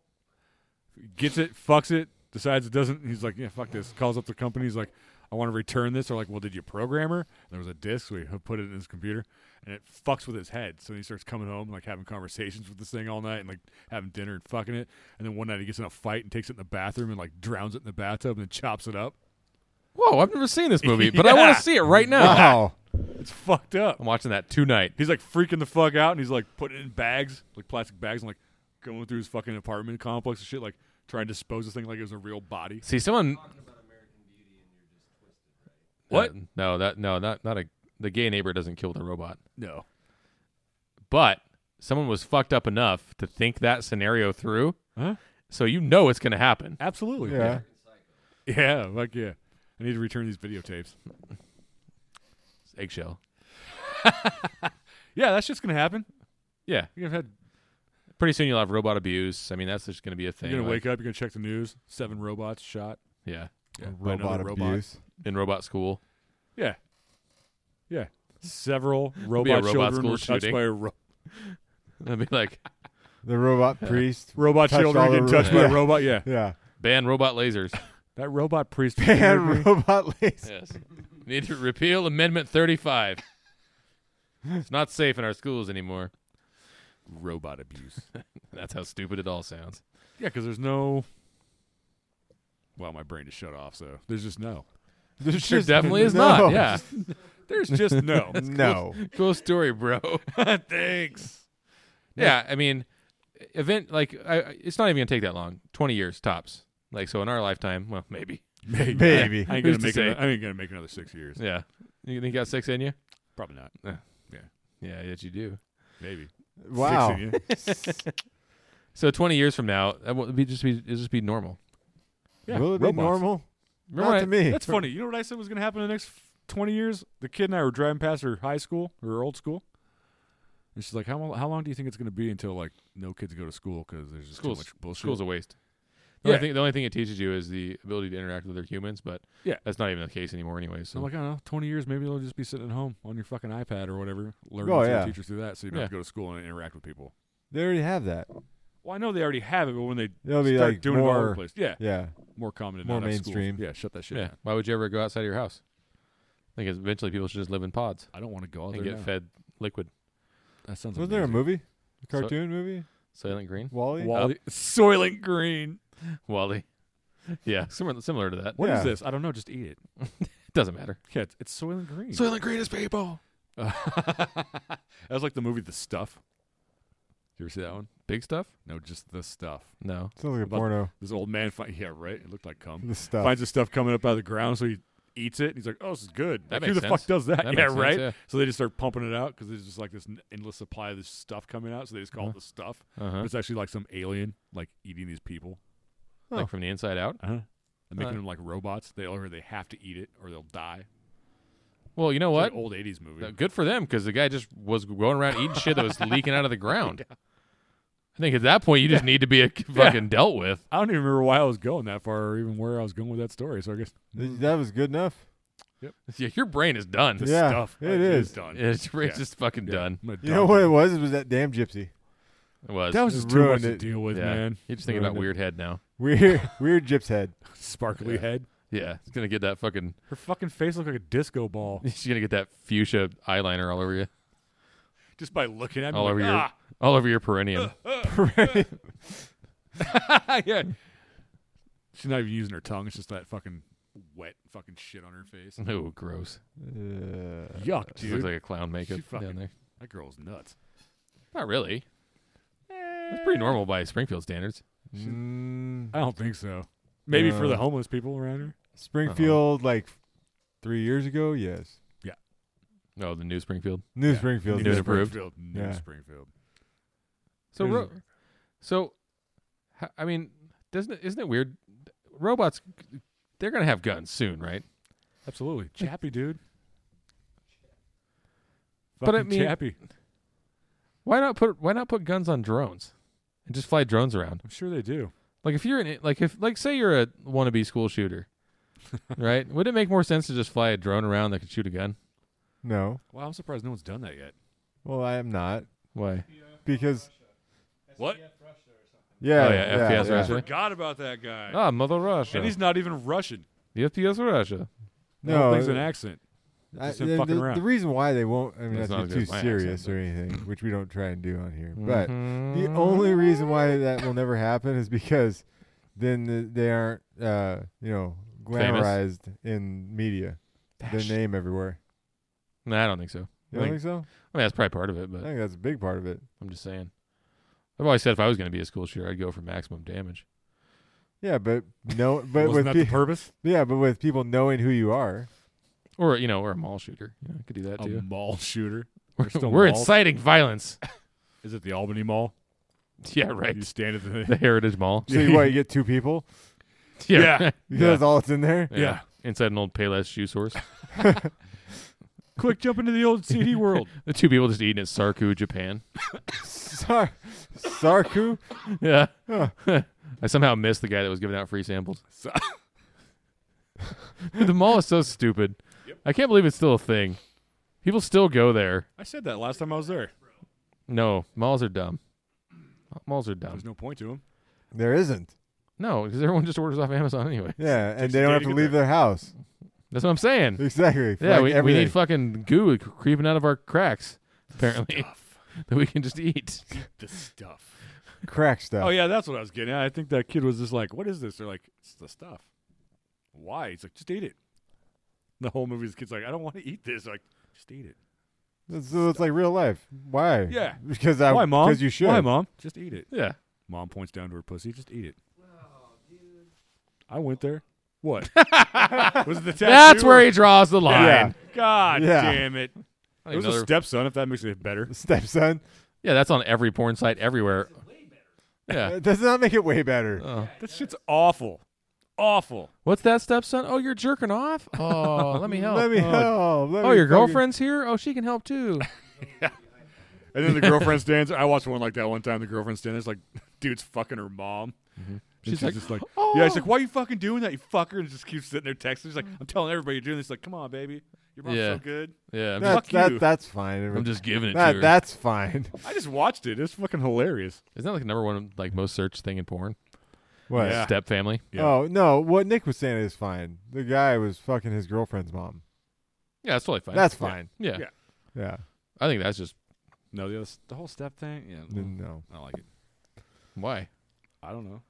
[SPEAKER 2] gets it, fucks it, decides it doesn't. He's like, yeah, fuck this. Calls up the company. He's like, I want to return this. They're like, well, did you program her? And there was a disc. We put it in his computer, and it fucks with his head. So he starts coming home, like having conversations with this thing all night, and like having dinner and fucking it. And then one night he gets in a fight and takes it in the bathroom and like drowns it in the bathtub and then chops it up.
[SPEAKER 3] Whoa, I've never seen this movie, but I want
[SPEAKER 2] Yeah.
[SPEAKER 3] to see it right now.
[SPEAKER 1] Wow.
[SPEAKER 2] It's fucked up.
[SPEAKER 3] I'm watching that tonight.
[SPEAKER 2] He's like freaking the fuck out, and he's like putting it in bags, like plastic bags, and like going through his fucking apartment complex and shit, like trying to dispose this thing like it was a real body.
[SPEAKER 3] See, someone.
[SPEAKER 2] What?
[SPEAKER 3] Uh, no, that no, not not a the gay neighbor doesn't kill the robot,
[SPEAKER 2] No,
[SPEAKER 3] but someone was fucked up enough to think that scenario through,
[SPEAKER 2] Huh?
[SPEAKER 3] so you know it's going to happen.
[SPEAKER 2] absolutely.
[SPEAKER 1] Yeah.
[SPEAKER 2] yeah, like yeah. I need to return these videotapes.
[SPEAKER 3] Eggshell.
[SPEAKER 2] Yeah, that's just gonna happen.
[SPEAKER 3] Yeah,
[SPEAKER 2] You're gonna, have,
[SPEAKER 3] pretty soon you'll have robot abuse. I mean, that's just going to be a thing.
[SPEAKER 2] you're gonna
[SPEAKER 3] like-
[SPEAKER 2] wake up. You're gonna check the news. Seven robots shot.
[SPEAKER 3] Yeah,
[SPEAKER 2] Yeah, by
[SPEAKER 1] Robot
[SPEAKER 2] another robot.
[SPEAKER 1] abuse.
[SPEAKER 3] in robot school.
[SPEAKER 2] Yeah, yeah. Several
[SPEAKER 3] be a
[SPEAKER 2] robot,
[SPEAKER 3] robot
[SPEAKER 2] children
[SPEAKER 3] school
[SPEAKER 2] were touched
[SPEAKER 3] shooting.
[SPEAKER 2] by a ro-
[SPEAKER 3] I'd be like,
[SPEAKER 1] The robot priest.
[SPEAKER 2] robot.
[SPEAKER 1] Touched
[SPEAKER 2] children
[SPEAKER 1] all the
[SPEAKER 2] getting touched by
[SPEAKER 1] robots.
[SPEAKER 2] a
[SPEAKER 1] Yeah.
[SPEAKER 2] robot. Yeah,
[SPEAKER 1] Yeah.
[SPEAKER 3] ban robot lasers.
[SPEAKER 2] that robot priest.
[SPEAKER 1] Pan robot laser.
[SPEAKER 3] Yes. Need to repeal Amendment 35. It's not safe in our schools anymore.
[SPEAKER 2] robot abuse.
[SPEAKER 3] That's how stupid it all sounds.
[SPEAKER 2] Yeah, because there's no. Well, my brain is shut off, so there's just no.
[SPEAKER 1] There
[SPEAKER 3] Sure definitely is not. Yeah.
[SPEAKER 2] There's just no.
[SPEAKER 1] no.
[SPEAKER 3] Cool story, bro.
[SPEAKER 2] Thanks.
[SPEAKER 3] yeah, I mean, event like I, I- it's not even gonna take that long. Twenty years tops. Like so, in our lifetime, well, maybe.
[SPEAKER 2] Maybe.
[SPEAKER 1] Maybe.
[SPEAKER 2] I ain't
[SPEAKER 3] Who's
[SPEAKER 2] gonna
[SPEAKER 3] to
[SPEAKER 2] make.
[SPEAKER 3] say?
[SPEAKER 2] Another, I ain't gonna make another six years.
[SPEAKER 3] Yeah, you think you got six in you?
[SPEAKER 2] Probably not.
[SPEAKER 3] Yeah, yes, you do.
[SPEAKER 2] Maybe.
[SPEAKER 1] Wow.
[SPEAKER 2] Six in you.
[SPEAKER 3] So twenty years from now, that will be just be it'll just be normal.
[SPEAKER 2] Yeah,
[SPEAKER 1] Will it be
[SPEAKER 2] robots.
[SPEAKER 1] normal?
[SPEAKER 3] Remember
[SPEAKER 1] Not
[SPEAKER 3] when
[SPEAKER 1] to
[SPEAKER 3] I-
[SPEAKER 1] me.
[SPEAKER 2] That's funny. You know what I said was gonna happen in the next twenty years? The kid and I were driving past her high school, her old school, and she's like, "How long? How long do you think it's gonna be until like no kids go to school because there's just
[SPEAKER 3] School's-
[SPEAKER 2] too much bullshit?"
[SPEAKER 3] School's a waste. The,
[SPEAKER 2] Yeah.
[SPEAKER 3] only thing, the only thing it teaches you is the ability to interact with other humans, but
[SPEAKER 2] Yeah.
[SPEAKER 3] that's not even the case anymore, anyway.
[SPEAKER 2] So
[SPEAKER 3] So
[SPEAKER 2] I'm like, I don't know, 20 years, maybe they'll just be sitting at home on your fucking iPad or whatever, learning
[SPEAKER 1] Oh,
[SPEAKER 2] through
[SPEAKER 1] yeah.
[SPEAKER 2] teachers through that, so you don't have to go to school and interact with people.
[SPEAKER 1] They already have that.
[SPEAKER 2] Well, I know they already have it, but when they
[SPEAKER 1] They'll be
[SPEAKER 2] start
[SPEAKER 1] like
[SPEAKER 2] doing it all over the
[SPEAKER 1] more.
[SPEAKER 2] place, yeah,
[SPEAKER 1] Yeah.
[SPEAKER 2] more common and
[SPEAKER 1] more
[SPEAKER 2] not at schools.
[SPEAKER 1] mainstream.
[SPEAKER 2] Yeah, shut that shit
[SPEAKER 3] yeah,
[SPEAKER 2] down.
[SPEAKER 3] why would you ever go outside of your house? I think eventually people should just live in pods
[SPEAKER 2] I don't want to go out
[SPEAKER 3] and
[SPEAKER 2] there.
[SPEAKER 3] get
[SPEAKER 2] now.
[SPEAKER 3] fed liquid.
[SPEAKER 2] That sounds.
[SPEAKER 1] Wasn't there a
[SPEAKER 2] amazing.
[SPEAKER 1] movie? A
[SPEAKER 3] So-
[SPEAKER 1] cartoon movie?
[SPEAKER 3] Silent Green,
[SPEAKER 1] Wally?
[SPEAKER 2] Wally, Soylent Green.
[SPEAKER 3] Wally. Yeah, similar similar to that.
[SPEAKER 2] What is
[SPEAKER 1] Yeah.
[SPEAKER 2] this? I don't know. Just eat it.
[SPEAKER 3] Doesn't matter.
[SPEAKER 2] Yeah, it's, it's Soylent Green.
[SPEAKER 3] Soylent Green is people.
[SPEAKER 2] that was like the movie The Stuff. You ever see that one?
[SPEAKER 3] Big stuff?
[SPEAKER 2] No, just The Stuff.
[SPEAKER 3] No.
[SPEAKER 1] Sounds like a
[SPEAKER 2] About-
[SPEAKER 1] porno.
[SPEAKER 2] This old man, find, yeah, right. It looked like cum.
[SPEAKER 1] The stuff.
[SPEAKER 2] finds this stuff coming up out of the ground, so he eats it. And he's like, "Oh, this is good."
[SPEAKER 3] That
[SPEAKER 2] like, who
[SPEAKER 3] makes
[SPEAKER 2] the fuck
[SPEAKER 3] sense.
[SPEAKER 2] does that?
[SPEAKER 3] That
[SPEAKER 2] yeah,
[SPEAKER 3] makes sense,
[SPEAKER 2] right.
[SPEAKER 3] yeah.
[SPEAKER 2] So they just start pumping it out because there's just like this n- endless supply of this stuff coming out. So they just call
[SPEAKER 3] Uh-huh.
[SPEAKER 2] it the stuff. But
[SPEAKER 3] Uh-huh.
[SPEAKER 2] it's actually like some alien like eating these people,
[SPEAKER 1] Oh.
[SPEAKER 3] Like from the inside out.
[SPEAKER 2] uh-huh. and making
[SPEAKER 3] Uh.
[SPEAKER 2] them like robots. They or they have to eat it or they'll die.
[SPEAKER 3] Well, you know
[SPEAKER 2] It's
[SPEAKER 3] what?
[SPEAKER 2] Like an old '80s movie.
[SPEAKER 3] Uh, Good for them because the guy just was going around eating shit that was leaking out of the ground. I think at that point you just need to be a, fucking dealt with.
[SPEAKER 2] I don't even remember why I was going that far or even where I was going with that story. So I guess Mm.
[SPEAKER 1] Th- that was good enough.
[SPEAKER 3] Yeah, Your brain is done.
[SPEAKER 2] the
[SPEAKER 1] Yeah,
[SPEAKER 2] stuff
[SPEAKER 1] it
[SPEAKER 2] like,
[SPEAKER 1] is.
[SPEAKER 2] done.
[SPEAKER 3] It's your brain's
[SPEAKER 2] Yeah.
[SPEAKER 3] just fucking
[SPEAKER 2] Yeah.
[SPEAKER 3] done.
[SPEAKER 2] I'm a
[SPEAKER 1] You
[SPEAKER 2] dumb
[SPEAKER 1] know what
[SPEAKER 2] guy.
[SPEAKER 1] it was? It was that damn gypsy.
[SPEAKER 3] It was.
[SPEAKER 2] That was
[SPEAKER 1] Just
[SPEAKER 2] just too much
[SPEAKER 1] ruined
[SPEAKER 2] to
[SPEAKER 1] it.
[SPEAKER 2] deal with,
[SPEAKER 3] Yeah.
[SPEAKER 2] man.
[SPEAKER 3] You're just thinking about
[SPEAKER 1] Ruined it.
[SPEAKER 3] weird head now.
[SPEAKER 1] Weird, weird gyps head.
[SPEAKER 2] Sparkly
[SPEAKER 3] Yeah.
[SPEAKER 2] head.
[SPEAKER 3] Yeah, it's gonna get that fucking.
[SPEAKER 2] Her fucking face looked like a disco ball
[SPEAKER 3] She's gonna get that fuchsia eyeliner all over you,
[SPEAKER 2] just by looking at me.
[SPEAKER 3] All
[SPEAKER 2] like,
[SPEAKER 3] over your-
[SPEAKER 2] ah,
[SPEAKER 3] all over your perineum.
[SPEAKER 2] yeah. She's not even using her tongue. It's just that fucking wet fucking shit on her face.
[SPEAKER 3] oh, gross.
[SPEAKER 1] Uh,
[SPEAKER 2] Yuck,
[SPEAKER 3] She
[SPEAKER 2] dude.
[SPEAKER 3] looks like a clown makeup
[SPEAKER 2] she fucking-
[SPEAKER 3] down there.
[SPEAKER 2] that girl's nuts.
[SPEAKER 3] Not really. That's pretty normal by Springfield standards.
[SPEAKER 1] mm,
[SPEAKER 2] I don't think so. Maybe for
[SPEAKER 1] Uh,
[SPEAKER 2] the homeless people around her.
[SPEAKER 1] Springfield, like three years ago, yes.
[SPEAKER 3] Oh, the new Springfield.
[SPEAKER 1] New
[SPEAKER 2] Yeah.
[SPEAKER 1] Springfield.
[SPEAKER 3] New
[SPEAKER 1] yeah.
[SPEAKER 3] Springfield. improved.
[SPEAKER 2] Springfield. New
[SPEAKER 1] Yeah.
[SPEAKER 2] Springfield.
[SPEAKER 3] So,
[SPEAKER 1] There's-
[SPEAKER 3] ro- so, h- I mean, doesn't it, isn't it weird? Robots, they're gonna have guns soon, right?
[SPEAKER 2] Absolutely. Chappy, dude.
[SPEAKER 3] But I
[SPEAKER 2] Fucking
[SPEAKER 3] mean-
[SPEAKER 2] Chappie.
[SPEAKER 3] Why not put Why not put guns on drones and just fly drones around?
[SPEAKER 2] I'm sure they do.
[SPEAKER 3] Like if you're an like if like say you're a wannabe school shooter, right? Would it make more sense to just fly a drone around that could shoot a gun?
[SPEAKER 1] No.
[SPEAKER 2] Well, I'm surprised no one's done that yet.
[SPEAKER 1] Well, I am not
[SPEAKER 3] Why?
[SPEAKER 1] because
[SPEAKER 2] What?
[SPEAKER 1] yeah,
[SPEAKER 3] Oh, yeah, FPS
[SPEAKER 1] yeah.
[SPEAKER 3] Russia.
[SPEAKER 2] Forgot about that guy.
[SPEAKER 3] Ah, Mother Russia.
[SPEAKER 2] and he's not even Russian.
[SPEAKER 3] the FPS Russia.
[SPEAKER 2] The whole
[SPEAKER 1] No,
[SPEAKER 2] thing's an
[SPEAKER 1] uh,
[SPEAKER 2] accent.
[SPEAKER 1] I,
[SPEAKER 2] Just him
[SPEAKER 1] the,
[SPEAKER 2] fucking
[SPEAKER 1] the-
[SPEAKER 2] around.
[SPEAKER 1] the reason why they won't, I mean,
[SPEAKER 3] That's not
[SPEAKER 1] not
[SPEAKER 3] as
[SPEAKER 1] to
[SPEAKER 3] good
[SPEAKER 1] be too
[SPEAKER 3] as my
[SPEAKER 1] serious
[SPEAKER 3] accent,
[SPEAKER 1] or anything, which we don't try and do on here.
[SPEAKER 3] Mm-hmm.
[SPEAKER 1] But the only reason why that will never happen is because then the, they aren't, uh, you know,
[SPEAKER 3] Famous?
[SPEAKER 1] glamorized in media. Their name everywhere.
[SPEAKER 3] Nah, I don't think so.
[SPEAKER 1] You don't
[SPEAKER 3] Like-
[SPEAKER 1] think so?
[SPEAKER 3] I mean, that's probably part of it,
[SPEAKER 1] I
[SPEAKER 3] but
[SPEAKER 1] think that's a big part of it.
[SPEAKER 3] I'm just saying. I've always said if I was going to be a school shooter, I'd go for maximum damage.
[SPEAKER 1] Yeah, but no, but
[SPEAKER 2] Wasn't
[SPEAKER 1] with
[SPEAKER 2] that
[SPEAKER 1] pe-
[SPEAKER 2] the purpose?
[SPEAKER 1] yeah, but with people knowing who you are,
[SPEAKER 3] Or, you know, or a mall shooter. You know, I could do that
[SPEAKER 2] A
[SPEAKER 3] too.
[SPEAKER 2] mall shooter.
[SPEAKER 3] We're,
[SPEAKER 2] there's Um, still
[SPEAKER 3] we're
[SPEAKER 2] malls?
[SPEAKER 3] inciting violence.
[SPEAKER 2] Is it the Albany Mall?
[SPEAKER 3] yeah, right.
[SPEAKER 2] You stand at the
[SPEAKER 3] The Heritage Mall.
[SPEAKER 1] so you, what? You get two people
[SPEAKER 2] Yeah.
[SPEAKER 3] right.
[SPEAKER 1] because that's all it's in there.
[SPEAKER 2] Yeah.
[SPEAKER 3] Inside an old Payless shoe source.
[SPEAKER 2] quick jump into the old CD world.
[SPEAKER 3] the two people just eating at Sarku, Japan.
[SPEAKER 1] Sar- Sarku.
[SPEAKER 3] Yeah.
[SPEAKER 1] Huh.
[SPEAKER 3] I somehow missed the guy that was giving out free samples. the mall is so stupid.
[SPEAKER 2] Yep.
[SPEAKER 3] I can't believe it's still a thing. People still go there.
[SPEAKER 2] I said that last time I was there.
[SPEAKER 3] No, malls are dumb. Malls are dumb.
[SPEAKER 2] There's no point to him.
[SPEAKER 1] There isn't.
[SPEAKER 3] No, because everyone just orders off Amazon anyway.
[SPEAKER 1] Yeah,
[SPEAKER 2] takes
[SPEAKER 1] and they
[SPEAKER 2] a
[SPEAKER 1] don't
[SPEAKER 2] day
[SPEAKER 1] have
[SPEAKER 2] to
[SPEAKER 1] to
[SPEAKER 2] get
[SPEAKER 1] leave their house.
[SPEAKER 3] That's what I'm saying.
[SPEAKER 1] Exactly. for,
[SPEAKER 3] Yeah,
[SPEAKER 1] like,
[SPEAKER 3] we, we
[SPEAKER 1] everything.
[SPEAKER 3] need fucking goo c- creeping out of our cracks, apparently, that we can just eat.
[SPEAKER 2] The stuff.
[SPEAKER 1] crack stuff.
[SPEAKER 2] Oh yeah, that's what I was getting. at. I think that kid was just like, "What is this?" They're like, "It's the stuff." Why? He's like, "Just eat it." The whole movie, this kid's like, "I don't want to eat this." Like, Just eat it.
[SPEAKER 1] So it's like real life. Why?
[SPEAKER 2] Yeah.
[SPEAKER 1] Because I.
[SPEAKER 2] Why, mom?
[SPEAKER 1] Because you should.
[SPEAKER 2] Why, mom? Just eat it.
[SPEAKER 3] Yeah.
[SPEAKER 2] Mom points down to her pussy. Just eat it. I went there. What? was it the tattoo?
[SPEAKER 3] That's where
[SPEAKER 2] or-
[SPEAKER 3] he draws the line.
[SPEAKER 1] Yeah.
[SPEAKER 2] God
[SPEAKER 1] Yeah.
[SPEAKER 2] damn it. It was a
[SPEAKER 3] Another-
[SPEAKER 2] stepson, if that makes it better.
[SPEAKER 1] Stepson.
[SPEAKER 3] yeah, that's on every porn site everywhere. Yeah.
[SPEAKER 1] That does not make it way better.
[SPEAKER 3] Oh.
[SPEAKER 2] That shit's awful. Awful.
[SPEAKER 3] What's that, stepson? Oh, you're jerking off? Oh, let me help.
[SPEAKER 1] Let me
[SPEAKER 3] oh.
[SPEAKER 1] help. Let
[SPEAKER 3] Oh,
[SPEAKER 1] me fucking-
[SPEAKER 3] your girlfriend's here? Oh, she can help too.
[SPEAKER 2] And then the girlfriend stands. I watched one like that one time. The girlfriend stands like, dude's fucking her mom. And
[SPEAKER 3] She's like,
[SPEAKER 2] just Mm-hmm. like, yeah.
[SPEAKER 3] Oh.
[SPEAKER 2] She's like, why are you fucking doing that, you fucker? And just keeps sitting there texting. She's like, I'm telling everybody you're doing this. Like, come on, baby, your mom's
[SPEAKER 3] Yeah.
[SPEAKER 2] so good.
[SPEAKER 3] Yeah, I'm,
[SPEAKER 1] That,
[SPEAKER 2] Fuck
[SPEAKER 1] that,
[SPEAKER 2] you.
[SPEAKER 1] That's fine.
[SPEAKER 3] just, I'm just giving it
[SPEAKER 1] that,
[SPEAKER 3] to her.
[SPEAKER 1] that's fine.
[SPEAKER 2] I just watched it. It's fucking hilarious.
[SPEAKER 3] Isn't that like number one like most searched thing in porn?
[SPEAKER 1] What?
[SPEAKER 2] Yeah.
[SPEAKER 3] Step family.
[SPEAKER 2] Yeah.
[SPEAKER 1] Oh no! What Nick was saying is fine. The guy was fucking his girlfriend's mom.
[SPEAKER 3] Yeah, that's totally fine.
[SPEAKER 1] That's fine.
[SPEAKER 3] yeah.
[SPEAKER 2] Yeah.
[SPEAKER 1] Yeah.
[SPEAKER 3] I think that's just
[SPEAKER 2] No, the other, the whole step thing. Yeah,
[SPEAKER 3] Mm.
[SPEAKER 1] N- No.
[SPEAKER 2] I don't like it.
[SPEAKER 3] why.
[SPEAKER 2] I don't know.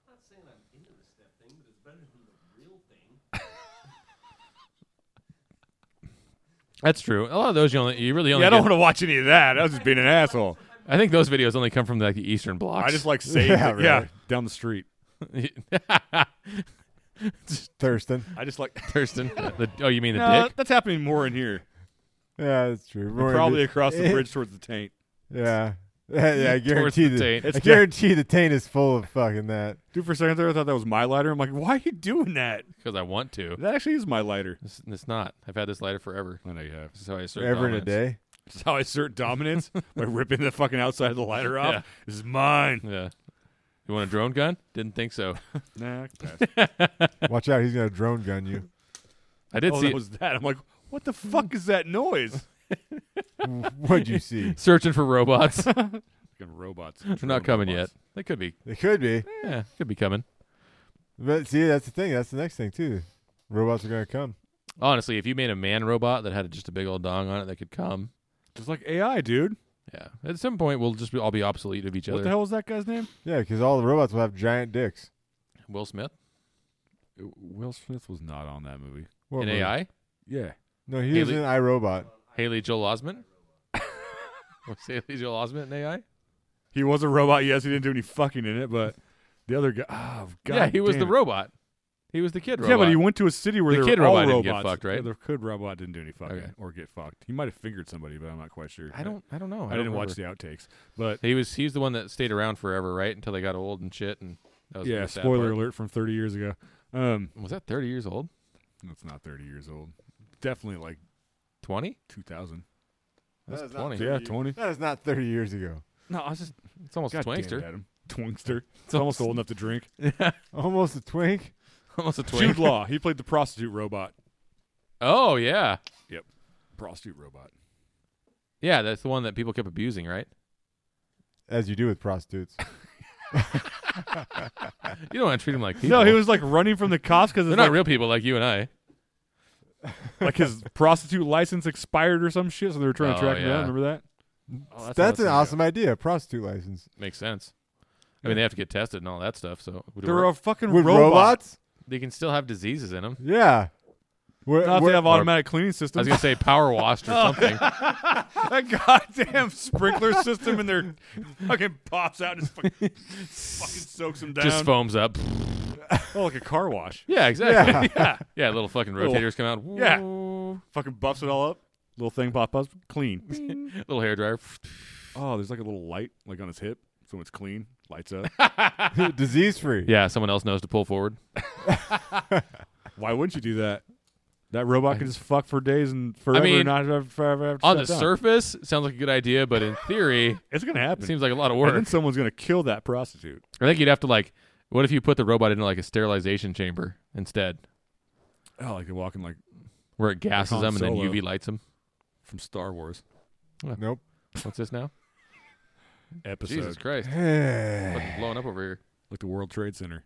[SPEAKER 3] That's true. A lot of those you only you really only.
[SPEAKER 2] Yeah, I don't
[SPEAKER 3] get-
[SPEAKER 2] want to watch any of that. I was just being an asshole.
[SPEAKER 3] I think those videos only come from like the Eastern blocks.
[SPEAKER 2] I just like saved
[SPEAKER 1] Yeah,
[SPEAKER 2] it.
[SPEAKER 1] right.
[SPEAKER 2] Yeah, down the street.
[SPEAKER 1] Thurston.
[SPEAKER 2] I just like.
[SPEAKER 3] Thurston. The- oh, you mean the
[SPEAKER 2] No,
[SPEAKER 3] dick?
[SPEAKER 2] that's happening more in here.
[SPEAKER 1] Yeah, that's true. We're
[SPEAKER 2] Probably
[SPEAKER 1] into-
[SPEAKER 2] across the bridge towards the taint.
[SPEAKER 1] Yeah. Yeah, yeah, I guarantee the,
[SPEAKER 3] the taint.
[SPEAKER 1] I
[SPEAKER 2] It's-
[SPEAKER 1] guarantee the taint is full of fucking that.
[SPEAKER 2] Dude, for a second there, I thought that was my lighter. I'm like, why are you doing that?
[SPEAKER 3] Because I want to.
[SPEAKER 2] That actually is my lighter.
[SPEAKER 3] It's, it's not. I've had this lighter forever.
[SPEAKER 2] I uh, know you have.
[SPEAKER 3] This is how I search.
[SPEAKER 1] Ever in a
[SPEAKER 3] dominance.
[SPEAKER 1] day.
[SPEAKER 2] This is how I assert dominance by ripping the fucking outside of the lighter off.
[SPEAKER 3] Yeah.
[SPEAKER 2] This is mine.
[SPEAKER 3] Yeah. You want a drone gun? Didn't think so.
[SPEAKER 2] Nah, pass.
[SPEAKER 1] Watch out, he's gonna drone gun you.
[SPEAKER 3] I did
[SPEAKER 2] oh,
[SPEAKER 3] see
[SPEAKER 2] that was that. I'm like, what the fuck is that noise?
[SPEAKER 1] What'd you see?
[SPEAKER 3] searching for robots. They're
[SPEAKER 2] Fucking robots.
[SPEAKER 3] not coming yet. They could be.
[SPEAKER 1] It could be.
[SPEAKER 3] Yeah, could be coming.
[SPEAKER 1] But see, that's the thing. That's the next thing too. Robots are gonna come.
[SPEAKER 3] Honestly, if you made a man robot that had just a big old dong on it that could come,
[SPEAKER 2] Just like AI, dude.
[SPEAKER 3] yeah, at some point we'll just be, all be obsolete of each
[SPEAKER 2] What
[SPEAKER 3] other.
[SPEAKER 2] the hell was that guy's name?
[SPEAKER 1] Yeah, because all the robots will have giant dicks.
[SPEAKER 3] Will Smith Uh,
[SPEAKER 2] Will Smith was not on that movie.
[SPEAKER 1] What
[SPEAKER 3] in
[SPEAKER 1] movie?
[SPEAKER 3] AI,
[SPEAKER 2] Yeah.
[SPEAKER 1] No, he was
[SPEAKER 3] Haley-
[SPEAKER 1] in iRobot.
[SPEAKER 3] Haley Joel Osment. was Haley Joel Osment in AI?
[SPEAKER 2] He was a robot. Yes, he didn't do any fucking in it, but the other guy. Oh, God.
[SPEAKER 3] yeah, he was
[SPEAKER 2] damn
[SPEAKER 3] the
[SPEAKER 2] it.
[SPEAKER 3] robot. He was the kid robot.
[SPEAKER 2] Yeah, but he went to a city where
[SPEAKER 3] The
[SPEAKER 2] there
[SPEAKER 3] kid
[SPEAKER 2] were all
[SPEAKER 3] robot didn't
[SPEAKER 2] robots.
[SPEAKER 3] get fucked, right?
[SPEAKER 2] Yeah, the kid robot didn't do any fucking
[SPEAKER 3] Okay.
[SPEAKER 2] or get fucked. He might have fingered somebody, but I'm not quite sure.
[SPEAKER 3] I don't. I don't know.
[SPEAKER 2] I,
[SPEAKER 3] don't
[SPEAKER 2] didn't watch
[SPEAKER 3] remember.
[SPEAKER 2] the outtakes, but
[SPEAKER 3] He was. He's the one that stayed around forever, right? Until they got old and shit. And that was
[SPEAKER 2] yeah,
[SPEAKER 3] the sad
[SPEAKER 2] spoiler
[SPEAKER 3] part.
[SPEAKER 2] alert from 30 years ago. Um,
[SPEAKER 3] Was that thirty years old?
[SPEAKER 2] that's not 30 years old. Definitely like
[SPEAKER 3] Twenty?
[SPEAKER 2] 2000.
[SPEAKER 3] That's
[SPEAKER 1] That is not
[SPEAKER 3] twenty.
[SPEAKER 1] 30
[SPEAKER 2] Yeah,
[SPEAKER 1] years-
[SPEAKER 2] 20.
[SPEAKER 1] That is not thirty years ago.
[SPEAKER 2] No, I was just
[SPEAKER 3] It's almost a
[SPEAKER 2] God damn it,
[SPEAKER 3] twangster.
[SPEAKER 2] Adam. Twangster. It's almost old enough to drink.
[SPEAKER 1] Almost a twink.
[SPEAKER 3] almost a twang.
[SPEAKER 2] Jude Law. He played the prostitute robot.
[SPEAKER 3] Oh yeah,
[SPEAKER 2] Prostitute robot.
[SPEAKER 3] yeah. That's the one that people kept abusing, right?
[SPEAKER 1] As you do with prostitutes.
[SPEAKER 3] You don't want to treat him like people.
[SPEAKER 2] No, he was like running from the cops because
[SPEAKER 3] They're not real people like you and I.
[SPEAKER 2] like his prostitute license expired or some shit, so they were trying to
[SPEAKER 3] Oh,
[SPEAKER 2] track him
[SPEAKER 3] yeah.
[SPEAKER 2] down. Remember that?
[SPEAKER 1] that's an awesome idea. Prostitute license.
[SPEAKER 3] Makes sense. I mean, they have to get tested and all that stuff, so would it
[SPEAKER 2] They're
[SPEAKER 3] work?
[SPEAKER 2] a fucking
[SPEAKER 1] With
[SPEAKER 2] robot.
[SPEAKER 1] robots?
[SPEAKER 3] they can still have diseases in them.
[SPEAKER 1] Yeah. Where,
[SPEAKER 2] Not if they
[SPEAKER 1] where-
[SPEAKER 2] have automatic cleaning
[SPEAKER 3] I was
[SPEAKER 2] systems.
[SPEAKER 3] gonna say power washed or
[SPEAKER 2] Oh,
[SPEAKER 3] something.
[SPEAKER 2] that goddamn sprinkler system in there fucking pops out and just fucking, fucking soaks them down.
[SPEAKER 3] Just foams up.
[SPEAKER 2] oh, like a car wash.
[SPEAKER 3] Yeah, exactly. Yeah,
[SPEAKER 2] yeah.
[SPEAKER 3] little fucking
[SPEAKER 2] Little-
[SPEAKER 3] rotators come out.
[SPEAKER 2] Yeah.
[SPEAKER 3] Woo.
[SPEAKER 2] Fucking buffs it all up. Little thing pop up. Clean.
[SPEAKER 3] little hair dryer.
[SPEAKER 2] Oh, there's like a little light like on his hip. So when it's clean, lights up.
[SPEAKER 1] disease free.
[SPEAKER 3] Yeah, someone else knows to pull forward.
[SPEAKER 2] Why wouldn't you do that? That robot can just fuck for days and forever
[SPEAKER 3] I mean,
[SPEAKER 2] and not have, forever have to
[SPEAKER 3] On the
[SPEAKER 2] shut down.
[SPEAKER 3] surface, sounds like a good idea, but in theory,
[SPEAKER 2] It's going to
[SPEAKER 3] it
[SPEAKER 2] happen.
[SPEAKER 3] seems like a lot of
[SPEAKER 2] And then
[SPEAKER 3] work.
[SPEAKER 2] someone's going to kill that prostitute.
[SPEAKER 3] I think you'd have to like. What if you put the robot into like a sterilization chamber instead,
[SPEAKER 2] Oh, like they're walking like
[SPEAKER 3] where it gasses
[SPEAKER 2] Han
[SPEAKER 3] them and then
[SPEAKER 2] Solo.
[SPEAKER 3] UV lights them?
[SPEAKER 2] from Star Wars
[SPEAKER 1] Nope.
[SPEAKER 3] What's this now?
[SPEAKER 2] episode.
[SPEAKER 3] Jesus Christ! Fucking blowing up over here.
[SPEAKER 2] Like the World Trade Center.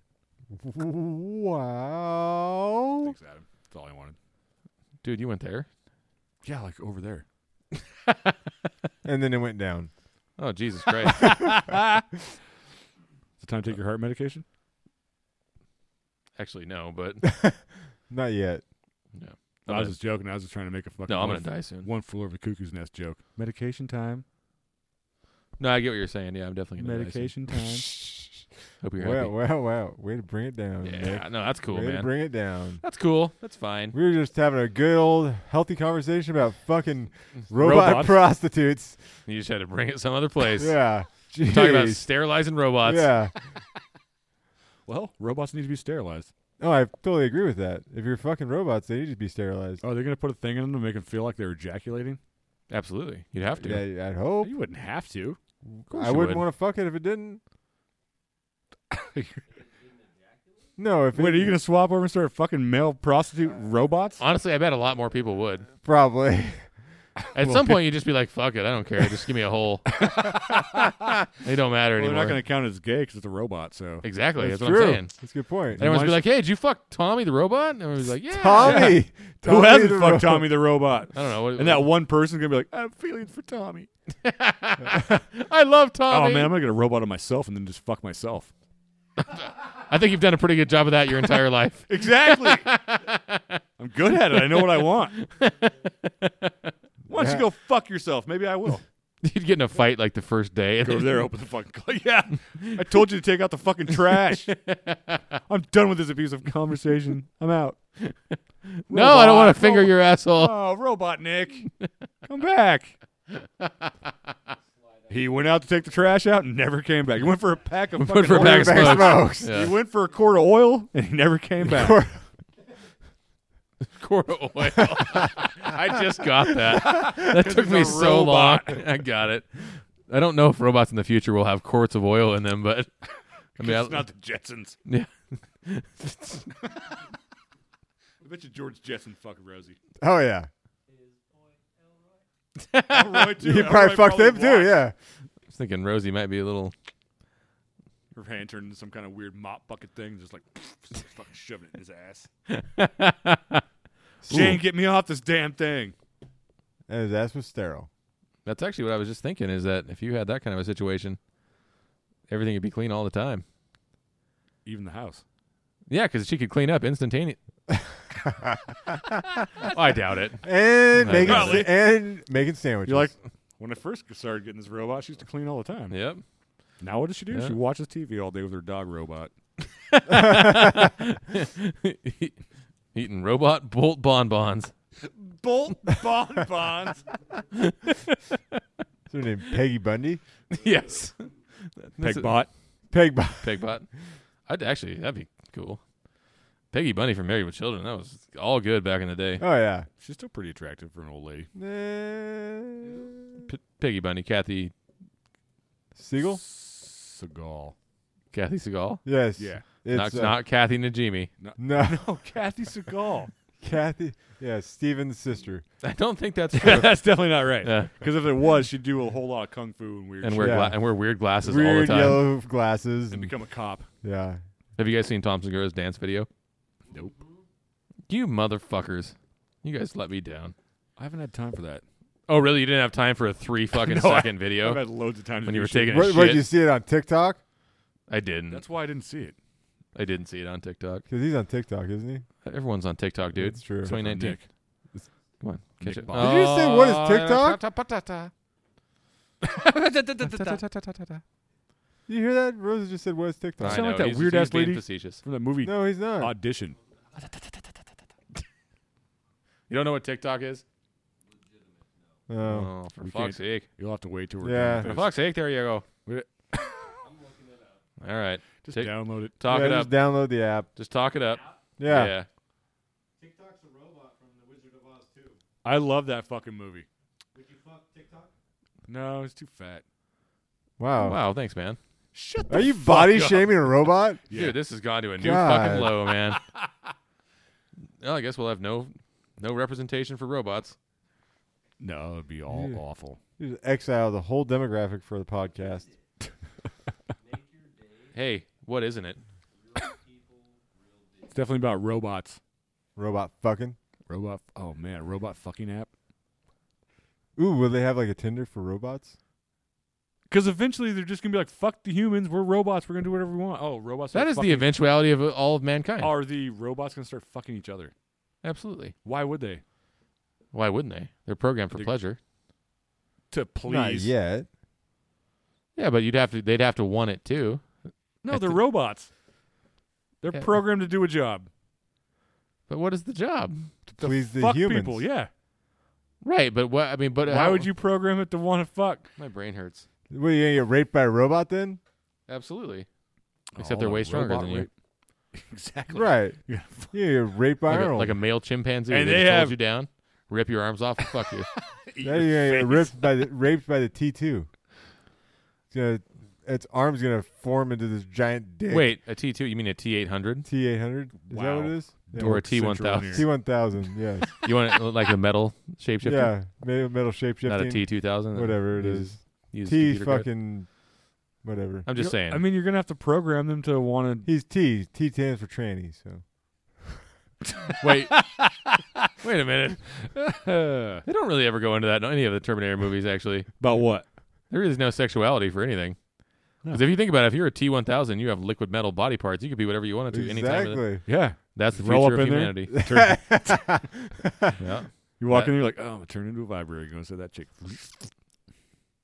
[SPEAKER 1] wow.
[SPEAKER 2] Thanks, Adam. That's all I wanted.
[SPEAKER 3] Dude, you went there.
[SPEAKER 2] Yeah, like over there.
[SPEAKER 1] And then it went down.
[SPEAKER 3] Oh Jesus Christ!
[SPEAKER 2] Is it time to take your heart medication?
[SPEAKER 3] Actually, no, but
[SPEAKER 1] Not yet.
[SPEAKER 3] No.
[SPEAKER 2] I was just joking. I was just trying to make a fucking
[SPEAKER 3] No, I'm
[SPEAKER 2] one
[SPEAKER 3] gonna die soon.
[SPEAKER 2] one floor of a cuckoo's nest joke. Medication time.
[SPEAKER 3] No, I get what you're saying. Yeah, I'm definitely gonna
[SPEAKER 2] Medication time.
[SPEAKER 3] Die soon. Hope you're
[SPEAKER 1] Wow,
[SPEAKER 3] happy.
[SPEAKER 1] wow, wow. Way to bring it down.
[SPEAKER 3] yeah,
[SPEAKER 1] Nick.
[SPEAKER 3] no, that's cool,
[SPEAKER 1] Way to
[SPEAKER 3] man.
[SPEAKER 1] bring it down.
[SPEAKER 3] that's cool. That's fine.
[SPEAKER 1] We were just having a good old healthy conversation about fucking robot
[SPEAKER 2] Robots.
[SPEAKER 1] prostitutes.
[SPEAKER 3] You just had to bring it some other place.
[SPEAKER 1] Yeah. Jeez.
[SPEAKER 3] Talking about sterilizing robots.
[SPEAKER 1] Yeah.
[SPEAKER 2] Well, robots need to be sterilized.
[SPEAKER 1] No, I totally agree with that. If you're fucking robots, they need to be sterilized.
[SPEAKER 2] Oh, they're gonna put a thing in them to make them feel like they're ejaculating.
[SPEAKER 3] Absolutely. You'd have to.
[SPEAKER 1] Yeah, I'd hope.
[SPEAKER 2] You wouldn't have to.
[SPEAKER 3] Of course
[SPEAKER 1] I
[SPEAKER 3] you
[SPEAKER 1] wouldn't
[SPEAKER 3] would.
[SPEAKER 1] want to fuck it if it didn't. No, if
[SPEAKER 2] Wait,
[SPEAKER 1] it,
[SPEAKER 2] are you gonna swap over and start fucking male
[SPEAKER 3] Uh,
[SPEAKER 2] prostitute robots?
[SPEAKER 3] Honestly, I bet a lot more people would.
[SPEAKER 1] probably.
[SPEAKER 3] At some point, you'd just be like, "Fuck it, I don't care. Just give me a hole. they don't matter
[SPEAKER 2] Well, they're
[SPEAKER 3] anymore."
[SPEAKER 2] not gonna count as gay because it's a robot. So
[SPEAKER 3] Exactly. That's,
[SPEAKER 1] That's
[SPEAKER 3] what
[SPEAKER 1] true.
[SPEAKER 3] I'm saying.
[SPEAKER 1] That's a good point.
[SPEAKER 3] Everyone's
[SPEAKER 2] why
[SPEAKER 3] be
[SPEAKER 2] sh-
[SPEAKER 3] like, "Hey, did you fuck Tommy the robot?" And everyone's like, "Yeah."
[SPEAKER 1] Tommy, Tommy
[SPEAKER 2] who hasn't
[SPEAKER 1] the
[SPEAKER 2] fucked
[SPEAKER 1] ro-
[SPEAKER 2] Tommy the robot?
[SPEAKER 3] I don't know. What,
[SPEAKER 2] And that one person's gonna be like, I have feelings for Tommy.
[SPEAKER 3] I love
[SPEAKER 2] Oh
[SPEAKER 3] Tommy.
[SPEAKER 2] man, I'm gonna get a robot on myself and then just fuck myself.
[SPEAKER 3] I think you've done a pretty good job of that your entire life.
[SPEAKER 2] Exactly. I'm good at it. I know what I want. Why don't you go fuck yourself? Maybe I will.
[SPEAKER 3] You'd get in a fight like the first day. and
[SPEAKER 2] Go over
[SPEAKER 3] then-
[SPEAKER 2] there, open the fucking. clo- Yeah, I told you to take out the fucking trash. I'm done with this abusive conversation. I'm out.
[SPEAKER 3] no, I don't want
[SPEAKER 2] Robot,
[SPEAKER 3] to finger
[SPEAKER 2] robot.
[SPEAKER 3] your asshole.
[SPEAKER 2] Oh, robot Nick, come back. He went out to take the trash out and never came back. He went for a pack of fucking
[SPEAKER 3] Put for a
[SPEAKER 2] oil.
[SPEAKER 3] bag of
[SPEAKER 1] Bag of
[SPEAKER 3] smokes.
[SPEAKER 1] smokes.
[SPEAKER 3] Yeah.
[SPEAKER 2] He went for a quart of oil and he never came back.
[SPEAKER 3] Quart of oil. I just got that. That took me
[SPEAKER 2] a
[SPEAKER 3] so long.
[SPEAKER 2] robot.
[SPEAKER 3] I got it. I don't know if robots in the future will have quarts of oil in them, but I mean, I,
[SPEAKER 2] it's not the Jetsons.
[SPEAKER 3] yeah.
[SPEAKER 2] I bet you George Jetson fucked Rosie.
[SPEAKER 1] Oh yeah,
[SPEAKER 2] Elroy too.
[SPEAKER 1] he
[SPEAKER 2] Elroy
[SPEAKER 1] probably fucked him too.
[SPEAKER 2] watched.
[SPEAKER 1] Yeah,
[SPEAKER 3] I was thinking Rosie might be a little.
[SPEAKER 2] Her hand turned into some kind of weird mop bucket thing, just like just fucking shoving it in his ass. Shane, get me off this damn thing.
[SPEAKER 1] and his ass was sterile.
[SPEAKER 3] That's actually what I was just thinking. Is that if you had that kind of a situation, everything would be clean all the time.
[SPEAKER 2] Even the house.
[SPEAKER 3] Yeah, because she could clean up instantaneous. I doubt it.
[SPEAKER 1] And
[SPEAKER 3] No,
[SPEAKER 1] making
[SPEAKER 2] probably.
[SPEAKER 1] sa- and making sandwiches.
[SPEAKER 2] You're like, when I first started getting this robot, she used to clean all the time.
[SPEAKER 3] Yep.
[SPEAKER 2] Now what does she do?
[SPEAKER 3] Yeah.
[SPEAKER 2] She watches TV all day with her dog robot.
[SPEAKER 3] Eating robot bolt bonbons.
[SPEAKER 2] Bolt bonbons.
[SPEAKER 1] What's her name Peggy Bundy.
[SPEAKER 3] yes. That's a-
[SPEAKER 2] Pegbot.
[SPEAKER 1] Peg Bu-
[SPEAKER 3] Pegbot. I'd actually that'd be cool. Peggy Bunny from Married with Children. That was all good back in the day.
[SPEAKER 1] Oh yeah.
[SPEAKER 2] She's still pretty attractive for an old lady.
[SPEAKER 1] Uh,
[SPEAKER 3] P- Peggy Bunny, Kathy,
[SPEAKER 1] Siegel.
[SPEAKER 2] Seagal.
[SPEAKER 3] Kathy Seagal.
[SPEAKER 1] Yes.
[SPEAKER 2] Yeah.
[SPEAKER 1] It's
[SPEAKER 3] not,
[SPEAKER 1] uh,
[SPEAKER 3] not Kathy Najimy.
[SPEAKER 1] no
[SPEAKER 2] No, Oh, Kathy Seagal.
[SPEAKER 1] Kathy. Yeah, Steven's sister.
[SPEAKER 3] I don't think that's
[SPEAKER 2] Yeah,
[SPEAKER 3] true.
[SPEAKER 2] that's definitely not right.
[SPEAKER 3] Yeah.
[SPEAKER 2] Because if it was, she'd do a whole lot of kung fu and weird
[SPEAKER 3] and
[SPEAKER 2] shit
[SPEAKER 3] wear gla-
[SPEAKER 1] Yeah.
[SPEAKER 3] and wear weird glasses all the
[SPEAKER 1] Weird
[SPEAKER 3] time.
[SPEAKER 1] yellow glasses.
[SPEAKER 2] and
[SPEAKER 1] and-
[SPEAKER 2] become a cop.
[SPEAKER 1] yeah.
[SPEAKER 3] Have you guys seen Tom Segura's dance video?
[SPEAKER 2] Nope.
[SPEAKER 3] You motherfuckers. You guys let me down.
[SPEAKER 2] I haven't had time for that.
[SPEAKER 3] Oh really? You didn't have time for a three fucking
[SPEAKER 2] No, I-
[SPEAKER 3] second video?
[SPEAKER 2] I've had loads of times
[SPEAKER 3] When
[SPEAKER 2] to
[SPEAKER 3] you
[SPEAKER 2] do
[SPEAKER 3] were
[SPEAKER 2] shit.
[SPEAKER 3] taking a
[SPEAKER 1] What, what
[SPEAKER 3] shit.
[SPEAKER 1] you see it on TikTok?
[SPEAKER 3] I didn't.
[SPEAKER 2] That's why I didn't see it.
[SPEAKER 3] I didn't see it on TikTok.
[SPEAKER 1] Because he's on TikTok, isn't he?
[SPEAKER 3] Everyone's on TikTok, dude. Uh,
[SPEAKER 1] That's true.
[SPEAKER 3] It's 2019.
[SPEAKER 2] Nick.
[SPEAKER 3] Come on, catch
[SPEAKER 2] Nick
[SPEAKER 3] it. Oh,
[SPEAKER 2] Bond.
[SPEAKER 1] Did you just say, what is TikTok? You hear that? Rosa just said, "What is TikTok?"
[SPEAKER 3] I
[SPEAKER 2] Sound like
[SPEAKER 3] know,
[SPEAKER 2] that
[SPEAKER 3] he's-
[SPEAKER 2] weird
[SPEAKER 3] he's
[SPEAKER 2] ass
[SPEAKER 3] being
[SPEAKER 2] lady?
[SPEAKER 3] Facetious.
[SPEAKER 2] From that movie
[SPEAKER 1] No, he's not.
[SPEAKER 2] Audition.
[SPEAKER 3] You don't know what TikTok is?
[SPEAKER 1] No.
[SPEAKER 3] Oh, for
[SPEAKER 2] We
[SPEAKER 3] fuck's sake!
[SPEAKER 2] You'll have to wait till we're
[SPEAKER 1] Yeah.
[SPEAKER 2] done.
[SPEAKER 3] For
[SPEAKER 2] with
[SPEAKER 3] fuck's sake! There you go.
[SPEAKER 2] Wait.
[SPEAKER 3] All right,
[SPEAKER 2] this. Just
[SPEAKER 3] Take-
[SPEAKER 2] download it.
[SPEAKER 3] talk
[SPEAKER 1] yeah,
[SPEAKER 3] it
[SPEAKER 1] just
[SPEAKER 3] up.
[SPEAKER 1] download the app.
[SPEAKER 3] Just talk it up.
[SPEAKER 1] Yeah.
[SPEAKER 5] TikTok's a robot from The Wizard of Oz too.
[SPEAKER 2] I love that fucking movie.
[SPEAKER 5] Would you fuck TikTok?
[SPEAKER 2] No, it's too fat.
[SPEAKER 1] Wow.
[SPEAKER 3] Wow, thanks, man.
[SPEAKER 2] Shut
[SPEAKER 1] Are you body
[SPEAKER 2] up.
[SPEAKER 1] shaming a robot?
[SPEAKER 2] Yeah.
[SPEAKER 3] Dude, this has gone to a new
[SPEAKER 1] God.
[SPEAKER 3] fucking low, man. well, I guess we'll have no no representation for robots.
[SPEAKER 2] No, it'd be all
[SPEAKER 1] Yeah.
[SPEAKER 2] awful.
[SPEAKER 1] You just exile the whole demographic for the podcast.
[SPEAKER 3] Hey, what isn't it?
[SPEAKER 2] It's definitely about robots.
[SPEAKER 1] Robot fucking.
[SPEAKER 2] Robot. Oh man, robot fucking app.
[SPEAKER 1] Ooh, will they have like a Tinder for robots?
[SPEAKER 2] Because eventually they're just gonna be like, "Fuck the humans. We're robots. We're gonna do whatever we want." Oh, robots.
[SPEAKER 3] That
[SPEAKER 2] are
[SPEAKER 3] is the
[SPEAKER 2] fucking-
[SPEAKER 3] eventuality of all of mankind.
[SPEAKER 2] Are the robots gonna start fucking each other?
[SPEAKER 3] Absolutely.
[SPEAKER 2] Why would they?
[SPEAKER 3] Why wouldn't they? They're programmed for
[SPEAKER 2] They-
[SPEAKER 3] pleasure.
[SPEAKER 2] To please.
[SPEAKER 1] Not yet.
[SPEAKER 3] Yeah, but you'd have to. They'd have to want it too. I
[SPEAKER 2] No, they're
[SPEAKER 3] thi-
[SPEAKER 2] robots. They're
[SPEAKER 3] Yeah.
[SPEAKER 2] programmed to do a job.
[SPEAKER 3] But what is the job?
[SPEAKER 1] To please the
[SPEAKER 2] fuck
[SPEAKER 1] humans.
[SPEAKER 2] people, yeah.
[SPEAKER 3] Right. But what? I mean, but
[SPEAKER 2] Why
[SPEAKER 3] how-
[SPEAKER 2] would you program it to want to fuck?
[SPEAKER 3] My brain hurts.
[SPEAKER 1] What, you gonna get raped by a robot then?
[SPEAKER 3] Absolutely.
[SPEAKER 2] Oh,
[SPEAKER 3] Except they're
[SPEAKER 2] the
[SPEAKER 3] way stronger
[SPEAKER 2] robot
[SPEAKER 3] than you.
[SPEAKER 2] rape. exactly.
[SPEAKER 1] Right.
[SPEAKER 2] Yeah.
[SPEAKER 1] You get raped by
[SPEAKER 3] Like
[SPEAKER 1] an
[SPEAKER 3] a,
[SPEAKER 1] animal.
[SPEAKER 3] like a male chimpanzee.
[SPEAKER 2] And
[SPEAKER 3] they
[SPEAKER 2] they
[SPEAKER 3] just
[SPEAKER 2] have-
[SPEAKER 3] hold you down, rip your arms off, and fuck you.
[SPEAKER 2] Eat
[SPEAKER 1] Then
[SPEAKER 2] your
[SPEAKER 1] you're gonna get
[SPEAKER 2] face.
[SPEAKER 1] ripped by the, raped by the T two. It's gonna, its arm's gonna form into this giant dick.
[SPEAKER 3] Wait, a T two? You mean a T eight hundred
[SPEAKER 1] T eight hundred. Is that what
[SPEAKER 2] Wow.
[SPEAKER 1] it is? Yeah.
[SPEAKER 3] or a
[SPEAKER 2] Dork
[SPEAKER 3] T one
[SPEAKER 2] Central
[SPEAKER 3] thousand?
[SPEAKER 2] here.
[SPEAKER 1] T one thousand. Yes.
[SPEAKER 3] You want it like a metal shapeshifter?
[SPEAKER 1] yeah. Maybe metal shapeshifting.
[SPEAKER 3] Not a T two thousand.
[SPEAKER 1] Whatever it
[SPEAKER 3] uses-
[SPEAKER 1] is.
[SPEAKER 3] Use
[SPEAKER 1] T
[SPEAKER 3] computer code.
[SPEAKER 1] fucking whatever.
[SPEAKER 3] I'm just
[SPEAKER 2] You know,
[SPEAKER 3] saying.
[SPEAKER 2] I mean, you're gonna have to program them to want
[SPEAKER 1] He's T. T stands for tranny. So
[SPEAKER 3] wait, wait a minute.
[SPEAKER 2] to.
[SPEAKER 3] They don't really ever go into that in any of the Terminator movies. Actually,
[SPEAKER 2] About what?
[SPEAKER 3] there is no sexuality for anything.
[SPEAKER 2] No.
[SPEAKER 3] Because if you think about it, if you're a T one thousand, you have liquid metal body parts. You could be whatever you wanted to anytime. with it.
[SPEAKER 1] exactly.
[SPEAKER 2] Yeah.
[SPEAKER 3] That's the
[SPEAKER 2] Roll
[SPEAKER 3] future
[SPEAKER 2] up
[SPEAKER 3] of
[SPEAKER 2] in there.
[SPEAKER 3] humanity.
[SPEAKER 2] Turn-
[SPEAKER 3] yeah.
[SPEAKER 2] you walk
[SPEAKER 3] That-
[SPEAKER 2] in, you're like, oh, I'm turn into a vibrator. Going to say that chick.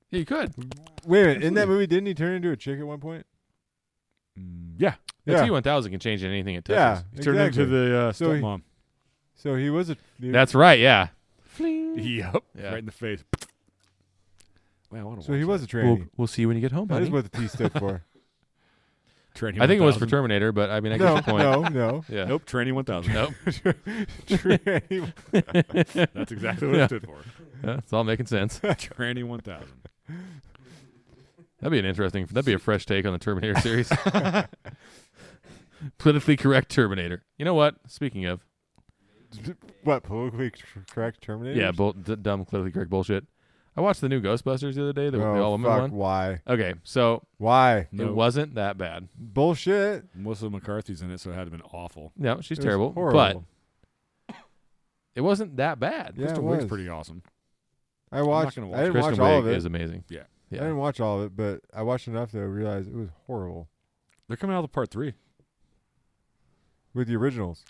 [SPEAKER 3] You could.
[SPEAKER 1] Wait a minute. In that movie, didn't he turn into a chick at one point?
[SPEAKER 2] Mm, yeah.
[SPEAKER 3] The
[SPEAKER 1] Yeah.
[SPEAKER 3] T one thousand can change anything it
[SPEAKER 1] yeah.
[SPEAKER 3] touches.
[SPEAKER 2] He turned
[SPEAKER 1] exactly.
[SPEAKER 2] into the uh,
[SPEAKER 1] So he-
[SPEAKER 2] stepmom.
[SPEAKER 1] So he was a. he-
[SPEAKER 3] That's right. Yeah.
[SPEAKER 2] Yep.
[SPEAKER 3] Yeah.
[SPEAKER 2] Right in the face. Man, I want to
[SPEAKER 1] so he was a tranny.
[SPEAKER 3] We'll, we'll see you when you get home,
[SPEAKER 1] that
[SPEAKER 3] buddy.
[SPEAKER 1] is what the T stood for.
[SPEAKER 2] Tranny
[SPEAKER 3] I think it was for
[SPEAKER 2] 1000.
[SPEAKER 3] Terminator, but I mean, I get
[SPEAKER 1] no,
[SPEAKER 3] your point.
[SPEAKER 1] no, no,
[SPEAKER 3] Yeah.
[SPEAKER 2] Nope, Tranny 1000.
[SPEAKER 3] Nope.
[SPEAKER 1] Tranny-
[SPEAKER 2] That's exactly what
[SPEAKER 3] Yeah.
[SPEAKER 2] it stood for.
[SPEAKER 3] Yeah, it's all making sense.
[SPEAKER 2] Tranny 1000.
[SPEAKER 3] That'd be an interesting. That'd be a fresh take on the Terminator series. Politically correct Terminator. You know what? Speaking of,
[SPEAKER 1] what politically cor- correct Terminator?
[SPEAKER 3] yeah, bull, d- dumb politically correct bullshit. I watched the new Ghostbusters the other day, the,
[SPEAKER 1] oh,
[SPEAKER 3] all woman
[SPEAKER 1] fuck,
[SPEAKER 3] one.
[SPEAKER 1] Why?
[SPEAKER 3] Okay, so
[SPEAKER 1] Why?
[SPEAKER 3] it
[SPEAKER 2] No.
[SPEAKER 3] wasn't that bad.
[SPEAKER 1] Bullshit.
[SPEAKER 2] Melissa McCarthy's in it, so it had to have been awful.
[SPEAKER 3] No,
[SPEAKER 1] It
[SPEAKER 3] she's
[SPEAKER 1] was
[SPEAKER 3] terrible, but
[SPEAKER 1] horrible.
[SPEAKER 3] it wasn't that bad.
[SPEAKER 1] Yeah,
[SPEAKER 2] Kristen
[SPEAKER 1] it
[SPEAKER 2] Wiig's
[SPEAKER 1] was.
[SPEAKER 2] pretty awesome.
[SPEAKER 1] I watched.
[SPEAKER 2] gonna
[SPEAKER 1] I
[SPEAKER 2] watch
[SPEAKER 1] didn't
[SPEAKER 3] Kristen
[SPEAKER 1] watch all
[SPEAKER 3] Wiig
[SPEAKER 1] of it.
[SPEAKER 3] is amazing.
[SPEAKER 2] Yeah.
[SPEAKER 1] I
[SPEAKER 3] yeah.
[SPEAKER 1] didn't watch all of it, but I watched enough to realize it was horrible
[SPEAKER 2] They're coming out with part three.
[SPEAKER 1] with the originals.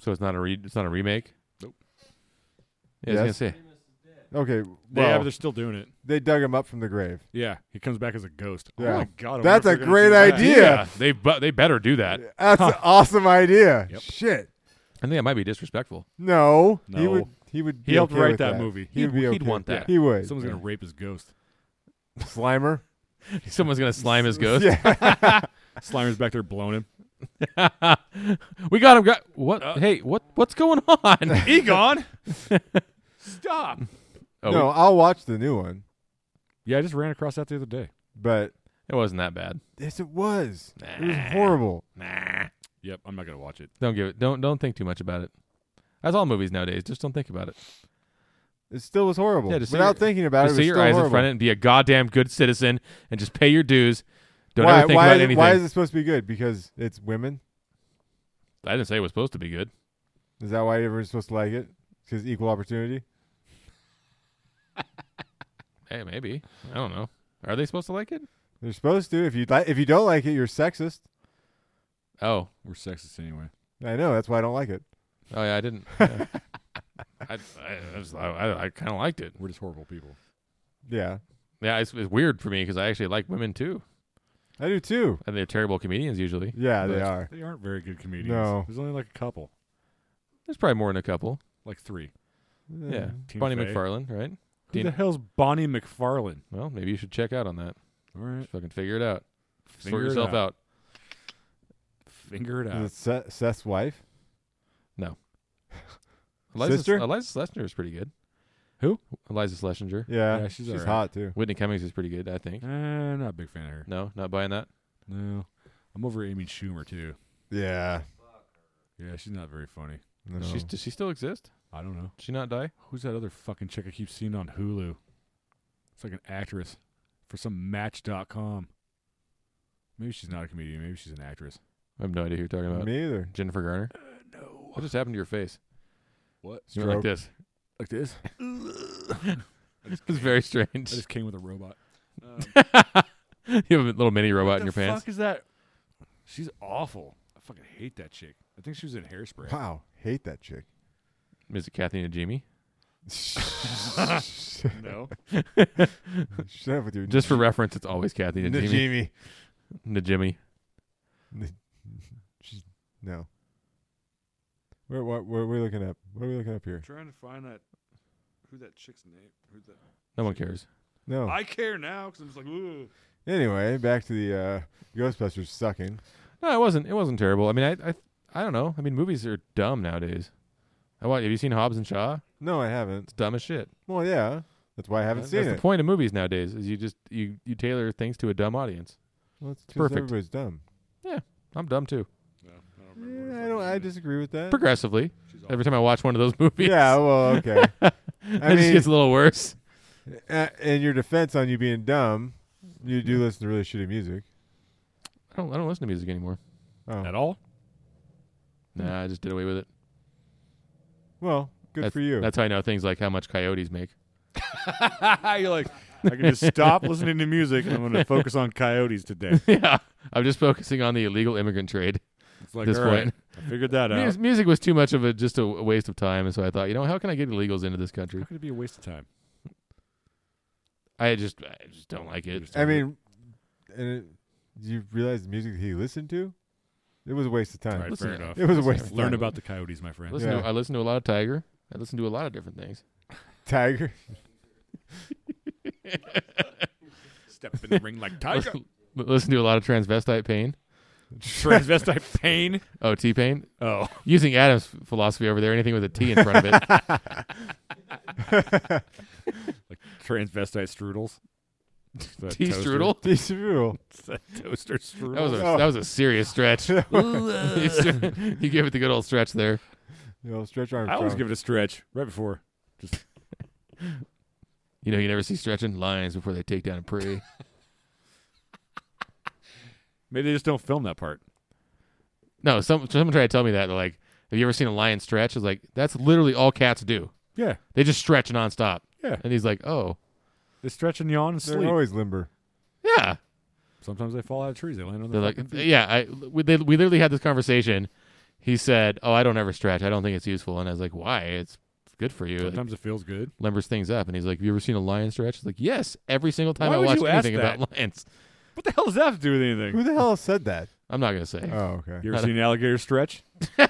[SPEAKER 3] So it's not a re- it's not a remake.
[SPEAKER 2] Nope.
[SPEAKER 3] Yeah, I was
[SPEAKER 1] Yes.
[SPEAKER 3] gonna say
[SPEAKER 1] Okay,
[SPEAKER 2] They, yeah,
[SPEAKER 1] well,
[SPEAKER 2] but they're still doing it.
[SPEAKER 1] they dug him up from the grave.
[SPEAKER 2] Yeah, he comes back as a ghost.
[SPEAKER 1] Yeah.
[SPEAKER 2] Oh my god, I
[SPEAKER 1] That's
[SPEAKER 2] wonder
[SPEAKER 1] a
[SPEAKER 2] if they're
[SPEAKER 1] great
[SPEAKER 2] gonna do that.
[SPEAKER 1] idea.
[SPEAKER 3] Yeah, they bu- they better do that.
[SPEAKER 1] That's an awesome idea.
[SPEAKER 2] Yep.
[SPEAKER 1] Shit.
[SPEAKER 3] I think it might be disrespectful.
[SPEAKER 1] No, he
[SPEAKER 2] No.
[SPEAKER 1] would. He would. Be
[SPEAKER 2] He helped
[SPEAKER 1] okay
[SPEAKER 2] write
[SPEAKER 1] with
[SPEAKER 2] that movie.
[SPEAKER 1] He would
[SPEAKER 3] He'd-
[SPEAKER 1] be
[SPEAKER 3] he'd
[SPEAKER 1] okay
[SPEAKER 3] want
[SPEAKER 1] with
[SPEAKER 3] that.
[SPEAKER 1] He would.
[SPEAKER 2] Someone's gonna rape his ghost.
[SPEAKER 1] Slimer.
[SPEAKER 3] Someone's gonna slime his ghost.
[SPEAKER 1] Yeah.
[SPEAKER 2] Slimer's back there blowing him.
[SPEAKER 3] we got him. Got what?
[SPEAKER 1] Uh.
[SPEAKER 3] hey, what? What's going on?
[SPEAKER 2] Egon, stop.
[SPEAKER 3] Oh,
[SPEAKER 1] no, I'll watch the new one,
[SPEAKER 2] Yeah, I just ran across that the other day.
[SPEAKER 1] but
[SPEAKER 3] it wasn't that bad.
[SPEAKER 1] yes, it was. It was horrible.
[SPEAKER 3] Nah,
[SPEAKER 2] Yep, I'm not gonna watch it.
[SPEAKER 3] don't give it. Don't don't think too much about it. That's all movies nowadays. Just don't think about it.
[SPEAKER 1] It still was horrible.
[SPEAKER 3] Yeah, just see
[SPEAKER 1] Without
[SPEAKER 3] your-
[SPEAKER 1] thinking about it,
[SPEAKER 3] just
[SPEAKER 1] it
[SPEAKER 3] see
[SPEAKER 1] was
[SPEAKER 3] your
[SPEAKER 1] still
[SPEAKER 3] eyes
[SPEAKER 1] horrible.
[SPEAKER 3] in front of it and be a goddamn good citizen and just pay your dues. Don't
[SPEAKER 1] why?
[SPEAKER 3] ever think
[SPEAKER 1] why,
[SPEAKER 3] about
[SPEAKER 1] is,
[SPEAKER 3] anything.
[SPEAKER 1] why is it supposed to be good? Because it's women.
[SPEAKER 3] I didn't say it was supposed to be good.
[SPEAKER 1] Is that why everyone's supposed to like it? Because equal opportunity.
[SPEAKER 3] Hey, maybe. I don't know. Are they supposed to like it?
[SPEAKER 1] They're supposed to. If you like, if you don't like it, you're sexist.
[SPEAKER 3] Oh,
[SPEAKER 2] We're sexist anyway.
[SPEAKER 1] I know. That's why I don't like it.
[SPEAKER 3] oh yeah, I didn't. yeah. I I, I, was- I, I, I kind of liked it.
[SPEAKER 2] We're just horrible people.
[SPEAKER 1] Yeah,
[SPEAKER 3] Yeah, it's, it's weird for me because I actually like women too,
[SPEAKER 1] I do too.
[SPEAKER 3] and they're terrible comedians usually.
[SPEAKER 1] Yeah, they
[SPEAKER 3] But-
[SPEAKER 1] are.
[SPEAKER 2] They aren't very good comedians.
[SPEAKER 1] No.
[SPEAKER 2] There's only like a couple,
[SPEAKER 3] There's probably more than a couple.
[SPEAKER 2] like three.
[SPEAKER 3] Yeah,
[SPEAKER 2] Tina
[SPEAKER 3] Bonnie
[SPEAKER 2] Fey.
[SPEAKER 3] McFarlane, right?
[SPEAKER 2] Who
[SPEAKER 3] Tina-
[SPEAKER 2] the hell's Bonnie McFarlane?
[SPEAKER 3] Well, maybe you should check out on that.
[SPEAKER 2] All right,
[SPEAKER 3] Just fucking figure Mm. it out.
[SPEAKER 2] Figure
[SPEAKER 3] Sort
[SPEAKER 2] it
[SPEAKER 3] yourself out.
[SPEAKER 2] figure it out.
[SPEAKER 1] Is it Seth- Seth's wife?
[SPEAKER 3] Eliza,
[SPEAKER 1] Sister?
[SPEAKER 3] Eliza Schlesinger is pretty good.
[SPEAKER 2] Who?
[SPEAKER 3] Eliza Schlesinger.
[SPEAKER 1] Yeah,
[SPEAKER 2] Yeah, she's alright.
[SPEAKER 1] hot too.
[SPEAKER 3] Whitney Cummings is pretty good, I think.
[SPEAKER 2] Eh, not a big fan of her.
[SPEAKER 3] No, not buying that.
[SPEAKER 2] No, I'm over Amy Schumer too.
[SPEAKER 1] Yeah,
[SPEAKER 2] Yeah, she's not very funny.
[SPEAKER 1] no.
[SPEAKER 3] She's, does she still exist?
[SPEAKER 2] I don't know.
[SPEAKER 3] Did she not die?
[SPEAKER 2] Who's that other fucking chick I keep seeing on Hulu? It's like an actress for some Match.com. Maybe she's not a comedian. Maybe she's an actress.
[SPEAKER 3] I have no idea who you're talking about.
[SPEAKER 1] me either.
[SPEAKER 3] Jennifer Garner.
[SPEAKER 2] Uh, No.
[SPEAKER 3] What just happened to your face?
[SPEAKER 2] What?
[SPEAKER 3] You went like this.
[SPEAKER 2] Like this?
[SPEAKER 3] It's very
[SPEAKER 2] I
[SPEAKER 3] strange.
[SPEAKER 2] just came with a robot. Um,
[SPEAKER 3] you have a little mini robot
[SPEAKER 2] what
[SPEAKER 3] in your
[SPEAKER 2] the
[SPEAKER 3] pants.
[SPEAKER 2] fuck is that? She's awful. I fucking hate that chick. I think she was in Hairspray.
[SPEAKER 1] Wow, Hate that chick.
[SPEAKER 3] Is it Kathy and Jimmy?
[SPEAKER 1] Shut
[SPEAKER 2] No.
[SPEAKER 1] up with your
[SPEAKER 3] Just for reference, it's always Kathy and Jimmy.
[SPEAKER 1] Najimi.
[SPEAKER 3] Najimi.
[SPEAKER 1] She's- No. Where, what, what are we looking up? What are we looking up here?
[SPEAKER 2] trying to find that who that chick's name. Who that?
[SPEAKER 3] No one cares.
[SPEAKER 1] No.
[SPEAKER 2] I care now because I'm just like, ooh.
[SPEAKER 1] anyway, back to the uh, Ghostbusters sucking.
[SPEAKER 3] No, it wasn't. It wasn't terrible. I mean, I, I, I don't know. I mean, movies are dumb nowadays. I wa- Have you seen Hobbs and Shaw?
[SPEAKER 1] No, I haven't.
[SPEAKER 3] It's dumb as shit.
[SPEAKER 1] Well, yeah. That's why I haven't
[SPEAKER 3] That's
[SPEAKER 1] seen
[SPEAKER 3] the
[SPEAKER 1] it.
[SPEAKER 3] point of movies nowadays. Is you just you you tailor things to a dumb audience.
[SPEAKER 1] Well, it's 'cause
[SPEAKER 3] perfect.
[SPEAKER 1] Everybody's dumb.
[SPEAKER 3] I'm dumb too.
[SPEAKER 2] No, I don't remember.
[SPEAKER 1] Yeah, I don't. I disagree with that.
[SPEAKER 3] Progressively,
[SPEAKER 2] She's
[SPEAKER 3] every time I watch one of those movies,
[SPEAKER 1] Uh, Yeah. Well, okay.
[SPEAKER 3] it
[SPEAKER 1] I
[SPEAKER 3] just
[SPEAKER 1] mean-
[SPEAKER 3] gets a little worse.
[SPEAKER 1] Uh, and your defense on you being dumb, you do listen to really shitty music.
[SPEAKER 3] I don't. I don't listen to music anymore.
[SPEAKER 1] Oh.
[SPEAKER 2] at all.
[SPEAKER 3] Nah, I just did away with it.
[SPEAKER 1] Well, good
[SPEAKER 3] that's,
[SPEAKER 1] for you.
[SPEAKER 3] That's how I know things like how much coyotes make.
[SPEAKER 2] You're like, I can just stop listening to music and I'm going to focus on coyotes today.
[SPEAKER 3] yeah, I'm just focusing on the illegal immigrant trade.
[SPEAKER 2] It's like,
[SPEAKER 3] This
[SPEAKER 2] all right,
[SPEAKER 3] point.
[SPEAKER 2] I figured that out.
[SPEAKER 3] Mus- music was too much of a just a waste of time, and so I thought, you know, how can I get illegals into this country?
[SPEAKER 2] How could it be a waste of time?
[SPEAKER 3] I just, I just don't like it.
[SPEAKER 1] I mean, and it, you realize the music he listened to, it was a waste of
[SPEAKER 2] All
[SPEAKER 1] time.
[SPEAKER 2] right,
[SPEAKER 3] Listen
[SPEAKER 2] fair
[SPEAKER 3] to-
[SPEAKER 2] enough.
[SPEAKER 1] It was a waste. Of
[SPEAKER 2] Learn
[SPEAKER 1] time.
[SPEAKER 2] about the coyotes, my friend.
[SPEAKER 3] Listen
[SPEAKER 1] Yeah.
[SPEAKER 3] to, I listen to a lot of Tiger. I listen to a lot of different things.
[SPEAKER 1] Tiger.
[SPEAKER 2] Step in the ring like tiger.
[SPEAKER 3] Listen, listen to a lot of transvestite pain.
[SPEAKER 2] Transvestite pain.
[SPEAKER 3] Oh, T pain.
[SPEAKER 2] Oh,
[SPEAKER 3] Using Adam's philosophy over there, anything with a T in front of it.
[SPEAKER 2] like transvestite strudels. It's that
[SPEAKER 3] T
[SPEAKER 2] toaster-
[SPEAKER 3] strudel.
[SPEAKER 1] He's brutal.
[SPEAKER 2] it's that toaster strudel.
[SPEAKER 3] That was a
[SPEAKER 1] Oh.
[SPEAKER 3] that was a serious stretch. you gave it the good old stretch there.
[SPEAKER 1] You know, stretch arm.
[SPEAKER 2] I always
[SPEAKER 1] strong.
[SPEAKER 2] give it a stretch right before.
[SPEAKER 3] You know, you never see stretching lions before they take down a prey.
[SPEAKER 2] Maybe they just don't film that part.
[SPEAKER 3] No, some someone tried to tell me that. They're like, have you ever seen a lion stretch? It's like that's literally all cats do.
[SPEAKER 2] Yeah,
[SPEAKER 3] They just stretch nonstop.
[SPEAKER 2] Yeah.
[SPEAKER 3] And he's like, oh,
[SPEAKER 2] they stretch and yawn and
[SPEAKER 1] They're
[SPEAKER 2] sleep.
[SPEAKER 1] always limber.
[SPEAKER 3] yeah.
[SPEAKER 2] Sometimes they fall out of trees. They land on
[SPEAKER 3] They're
[SPEAKER 2] their
[SPEAKER 3] like,
[SPEAKER 2] fucking feet.
[SPEAKER 3] yeah. I we, they, we literally had this conversation. He said, oh, I don't ever stretch. I don't think it's useful. And I was like, why? It's good for you. It
[SPEAKER 2] Sometimes it feels good.
[SPEAKER 3] limbers things up. And he's like, have you ever seen a lion stretch? It's like, yes. Every single time
[SPEAKER 2] Why
[SPEAKER 3] I
[SPEAKER 2] would
[SPEAKER 3] watch
[SPEAKER 2] you ask
[SPEAKER 3] anything
[SPEAKER 2] that?
[SPEAKER 3] about lions,
[SPEAKER 2] What the hell does that have to do with anything?
[SPEAKER 1] Who the hell said that?
[SPEAKER 3] I'm not gonna say.
[SPEAKER 1] Oh, okay.
[SPEAKER 2] You ever seen an alligator stretch?
[SPEAKER 3] you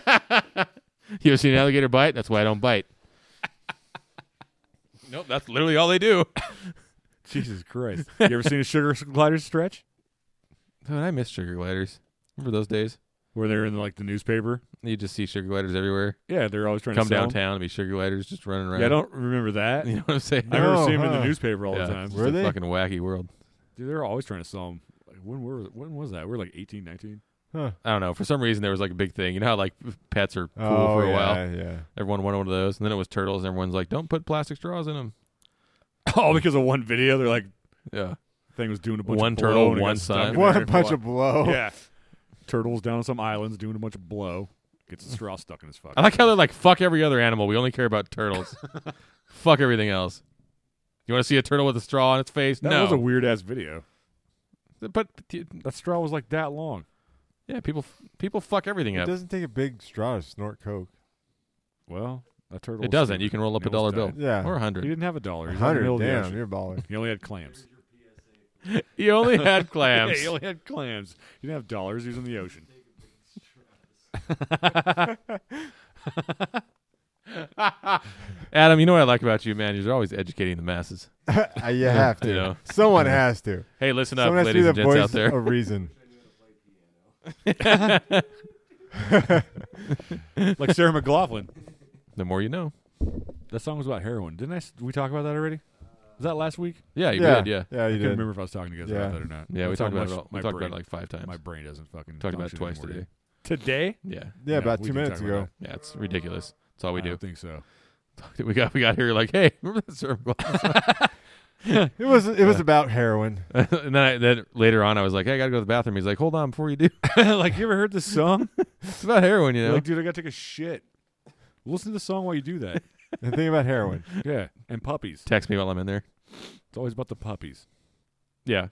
[SPEAKER 3] ever seen an alligator bite? That's why I don't bite. nope. That's literally all they do.
[SPEAKER 2] Jesus Christ. You ever seen a sugar glider stretch?
[SPEAKER 3] Dude, I miss sugar gliders. Remember those days?
[SPEAKER 2] Where they're in like the newspaper?
[SPEAKER 3] You just see sugar gliders everywhere.
[SPEAKER 2] Yeah, they're always trying
[SPEAKER 3] Come
[SPEAKER 2] to sell 'em.
[SPEAKER 3] downtown and be sugar gliders just running around.
[SPEAKER 2] Yeah, I don't remember that.
[SPEAKER 3] You know what I'm saying?
[SPEAKER 2] I remember
[SPEAKER 1] No,
[SPEAKER 2] seeing them in
[SPEAKER 1] huh.
[SPEAKER 2] the newspaper all
[SPEAKER 3] Yeah,
[SPEAKER 2] the time.
[SPEAKER 3] it's
[SPEAKER 1] Were
[SPEAKER 3] just a
[SPEAKER 1] they?
[SPEAKER 3] fucking wacky world?
[SPEAKER 2] Dude, they're always trying to sell them. Like, when were when was that? We were like 18, 19.
[SPEAKER 1] Huh.
[SPEAKER 3] I don't know. For some reason, there was like a big thing. You know how like pets are cool
[SPEAKER 1] oh,
[SPEAKER 3] for a
[SPEAKER 1] yeah,
[SPEAKER 3] while.
[SPEAKER 1] Yeah.
[SPEAKER 3] Everyone wanted one of those, and then it was turtles, and everyone's like, "Don't put plastic straws in them."
[SPEAKER 2] All Oh, because of one video. They're like
[SPEAKER 3] Yeah,
[SPEAKER 2] thing was doing a bunch
[SPEAKER 3] One
[SPEAKER 2] of
[SPEAKER 3] turtle,
[SPEAKER 2] blow and it got
[SPEAKER 3] one
[SPEAKER 2] stuck
[SPEAKER 3] sun.
[SPEAKER 2] in
[SPEAKER 1] What
[SPEAKER 2] there.
[SPEAKER 1] a bunch of blow.
[SPEAKER 2] yeah. Turtles down on some islands doing a bunch of blow. Gets a straw stuck in his fucking.
[SPEAKER 3] I like how they're like, "Fuck every other animal. We only care about turtles. Fuck everything else." You want to see a turtle with a straw on its face?
[SPEAKER 2] that
[SPEAKER 3] no,
[SPEAKER 2] was a weird ass video.
[SPEAKER 3] but but-
[SPEAKER 2] That straw was like that long.
[SPEAKER 3] yeah, people people fuck everything
[SPEAKER 1] It
[SPEAKER 3] up.
[SPEAKER 1] doesn't take a big straw to snort coke.
[SPEAKER 2] Well, that turtle.
[SPEAKER 3] It
[SPEAKER 2] was
[SPEAKER 3] doesn't.
[SPEAKER 2] stupid.
[SPEAKER 3] You can roll up
[SPEAKER 2] He
[SPEAKER 3] a dollar
[SPEAKER 2] almost
[SPEAKER 3] bill
[SPEAKER 2] died.
[SPEAKER 1] Yeah.
[SPEAKER 3] or a
[SPEAKER 2] He
[SPEAKER 3] hundred.
[SPEAKER 2] didn't have a dollar. He was in the middle
[SPEAKER 1] Hundred.
[SPEAKER 2] of the
[SPEAKER 1] Damn,
[SPEAKER 2] ocean.
[SPEAKER 1] you're balling.
[SPEAKER 2] He only had clams.
[SPEAKER 3] He only had clams.
[SPEAKER 2] Yeah, he only had clams. He didn't have dollars. He was in the ocean.
[SPEAKER 3] Adam, you know what I like about you, man? You're always educating the masses.
[SPEAKER 1] Uh, you have to.
[SPEAKER 3] You know.
[SPEAKER 1] Someone has to.
[SPEAKER 3] Hey, listen up,
[SPEAKER 1] Someone has to be
[SPEAKER 3] ladies
[SPEAKER 1] the
[SPEAKER 3] and gents out
[SPEAKER 1] voice
[SPEAKER 3] there.
[SPEAKER 1] of reason.
[SPEAKER 2] Like Sarah McLaughlin.
[SPEAKER 3] The more you know.
[SPEAKER 2] That song was about heroin. Didn't I? s- We talk about that already? Was that last week?
[SPEAKER 3] Yeah, Oh, you
[SPEAKER 1] yeah.
[SPEAKER 3] did. Yeah,
[SPEAKER 1] Yeah,
[SPEAKER 2] I
[SPEAKER 1] you
[SPEAKER 2] can't
[SPEAKER 1] did.
[SPEAKER 2] remember if I was talking to you guys
[SPEAKER 1] Yeah.
[SPEAKER 2] about that or not.
[SPEAKER 3] yeah. we
[SPEAKER 2] That's how
[SPEAKER 3] talked about
[SPEAKER 2] much
[SPEAKER 3] it. All, we
[SPEAKER 2] my
[SPEAKER 3] talked
[SPEAKER 2] brain-
[SPEAKER 3] about it like five times.
[SPEAKER 2] my brain doesn't fucking
[SPEAKER 3] talked about it
[SPEAKER 2] function
[SPEAKER 3] twice
[SPEAKER 2] anymore,
[SPEAKER 3] today.
[SPEAKER 2] dude. Today?
[SPEAKER 3] Yeah,
[SPEAKER 1] Yeah,
[SPEAKER 2] Yeah,
[SPEAKER 1] about
[SPEAKER 2] we
[SPEAKER 1] two
[SPEAKER 2] did
[SPEAKER 1] minutes
[SPEAKER 2] talk about
[SPEAKER 1] ago.
[SPEAKER 3] yeah. It's ridiculous. That's
[SPEAKER 2] I
[SPEAKER 3] all Oh, we do.
[SPEAKER 2] don't think so.
[SPEAKER 3] We got we got here like, hey, remember that syrup glass?
[SPEAKER 1] It was it was about heroin.
[SPEAKER 3] and then I, then later on, I was like, hey, I gotta go to the bathroom. He's like, hold on, before you do,
[SPEAKER 2] like, you ever heard this song?
[SPEAKER 3] it's about heroin, you
[SPEAKER 2] You're
[SPEAKER 3] know.
[SPEAKER 2] Like, dude, I gotta take a shit. Listen to the song while you do that.
[SPEAKER 1] the thing about heroin.
[SPEAKER 2] yeah, and puppies.
[SPEAKER 3] Text me while I'm in there.
[SPEAKER 2] It's always about the puppies.
[SPEAKER 3] Yeah.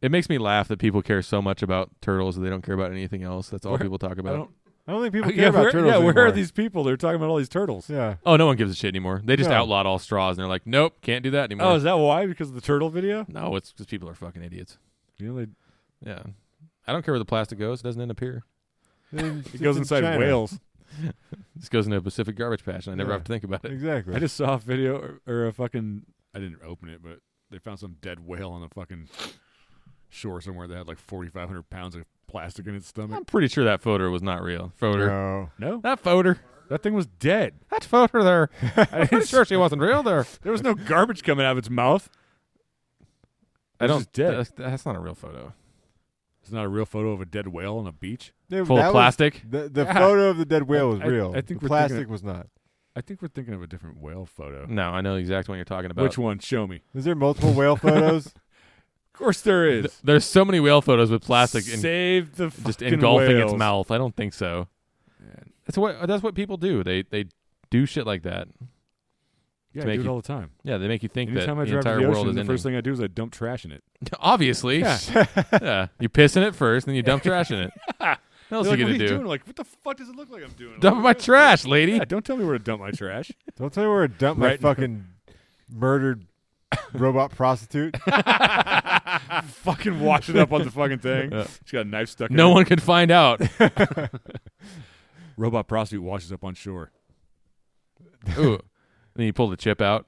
[SPEAKER 3] It makes me laugh that people care so much about turtles that they don't care about anything else. That's all
[SPEAKER 2] Where-
[SPEAKER 3] people talk
[SPEAKER 2] I
[SPEAKER 3] about.
[SPEAKER 2] don't.
[SPEAKER 1] I don't think people care
[SPEAKER 2] yeah,
[SPEAKER 1] about
[SPEAKER 2] where,
[SPEAKER 1] turtles.
[SPEAKER 2] yeah, where
[SPEAKER 1] anymore.
[SPEAKER 2] are these people? They're talking about all these turtles.
[SPEAKER 1] Yeah.
[SPEAKER 3] Oh, no one gives a shit anymore. They just
[SPEAKER 1] No.
[SPEAKER 3] outlawed all straws, and they're like, nope, can't do that anymore.
[SPEAKER 2] Oh, is that why? Because of the turtle video?
[SPEAKER 3] no, it's because people are fucking idiots.
[SPEAKER 2] You know, they,
[SPEAKER 3] Yeah, I don't care where the plastic goes; it doesn't end up here.
[SPEAKER 1] It
[SPEAKER 2] it goes inside whales.
[SPEAKER 3] This goes into a Pacific garbage patch, and I never
[SPEAKER 1] Yeah.
[SPEAKER 3] have to think about it.
[SPEAKER 1] Exactly.
[SPEAKER 2] I just saw a video or, or a fucking. I didn't open it, but they found some dead whale on the fucking shore somewhere that had like 4,500 pounds of plastic in its stomach.
[SPEAKER 3] I'm pretty sure that photo was not real. Photo.
[SPEAKER 1] no.
[SPEAKER 2] No,
[SPEAKER 3] That photo.
[SPEAKER 2] that thing was dead.
[SPEAKER 3] That photo there.
[SPEAKER 2] I
[SPEAKER 3] Pretty
[SPEAKER 2] didn't-
[SPEAKER 3] sure she wasn't real there.
[SPEAKER 2] There was no garbage coming out of its mouth.
[SPEAKER 3] I
[SPEAKER 2] It's
[SPEAKER 3] don't.
[SPEAKER 2] just dead.
[SPEAKER 3] That's, that's not a real photo.
[SPEAKER 2] It's not a real photo of a dead whale on a beach.
[SPEAKER 1] They-
[SPEAKER 3] Full
[SPEAKER 1] that
[SPEAKER 3] of
[SPEAKER 1] was-
[SPEAKER 3] plastic.
[SPEAKER 1] the the
[SPEAKER 2] Yeah.
[SPEAKER 1] photo of the dead whale was
[SPEAKER 2] I-
[SPEAKER 1] real.
[SPEAKER 2] I think
[SPEAKER 1] the
[SPEAKER 2] we're thinking
[SPEAKER 1] plastic was not.
[SPEAKER 2] I think we're thinking of a different whale photo.
[SPEAKER 3] No, I know the exact one you're talking Mm, about.
[SPEAKER 2] Which one? Show me.
[SPEAKER 1] Is there multiple whale photos?
[SPEAKER 2] Of course there is.
[SPEAKER 3] Th- There's so many whale photos with plastic en-
[SPEAKER 2] Save the
[SPEAKER 3] just
[SPEAKER 2] fucking
[SPEAKER 3] engulfing its
[SPEAKER 2] whales.
[SPEAKER 3] mouth. I don't think so.
[SPEAKER 2] Man.
[SPEAKER 3] That's what that's what people do. They they do shit like that.
[SPEAKER 2] Yeah,
[SPEAKER 3] To
[SPEAKER 2] I
[SPEAKER 3] make
[SPEAKER 2] do it
[SPEAKER 3] you
[SPEAKER 2] all the time.
[SPEAKER 3] Yeah, they make you think
[SPEAKER 2] Anytime I
[SPEAKER 3] that the
[SPEAKER 2] drive to
[SPEAKER 3] entire
[SPEAKER 2] the
[SPEAKER 3] world
[SPEAKER 2] ocean,
[SPEAKER 3] is
[SPEAKER 2] the
[SPEAKER 3] ending.
[SPEAKER 2] first thing I do is I dump trash in it.
[SPEAKER 3] Obviously,
[SPEAKER 2] Yeah.
[SPEAKER 3] Yeah. You piss in it first, then you dump trash in it. What else
[SPEAKER 2] They're like,
[SPEAKER 3] you
[SPEAKER 2] what
[SPEAKER 3] gonna
[SPEAKER 2] are
[SPEAKER 3] do?
[SPEAKER 2] you doing? Like, what the fuck does it look like I'm doing?
[SPEAKER 3] Dump
[SPEAKER 2] Like,
[SPEAKER 3] my
[SPEAKER 2] what-
[SPEAKER 3] trash, lady.
[SPEAKER 2] Yeah, don't tell me where to dump my trash.
[SPEAKER 1] Don't tell me where to dump
[SPEAKER 2] Right.
[SPEAKER 1] my fucking murdered robot prostitute.
[SPEAKER 2] fucking wash it up on the fucking thing.
[SPEAKER 3] Yeah.
[SPEAKER 2] She's got a knife stuck. in
[SPEAKER 3] No
[SPEAKER 2] it.
[SPEAKER 3] one can find out.
[SPEAKER 2] Robot prostitute washes up on shore.
[SPEAKER 3] Ooh. And then you pull the chip out,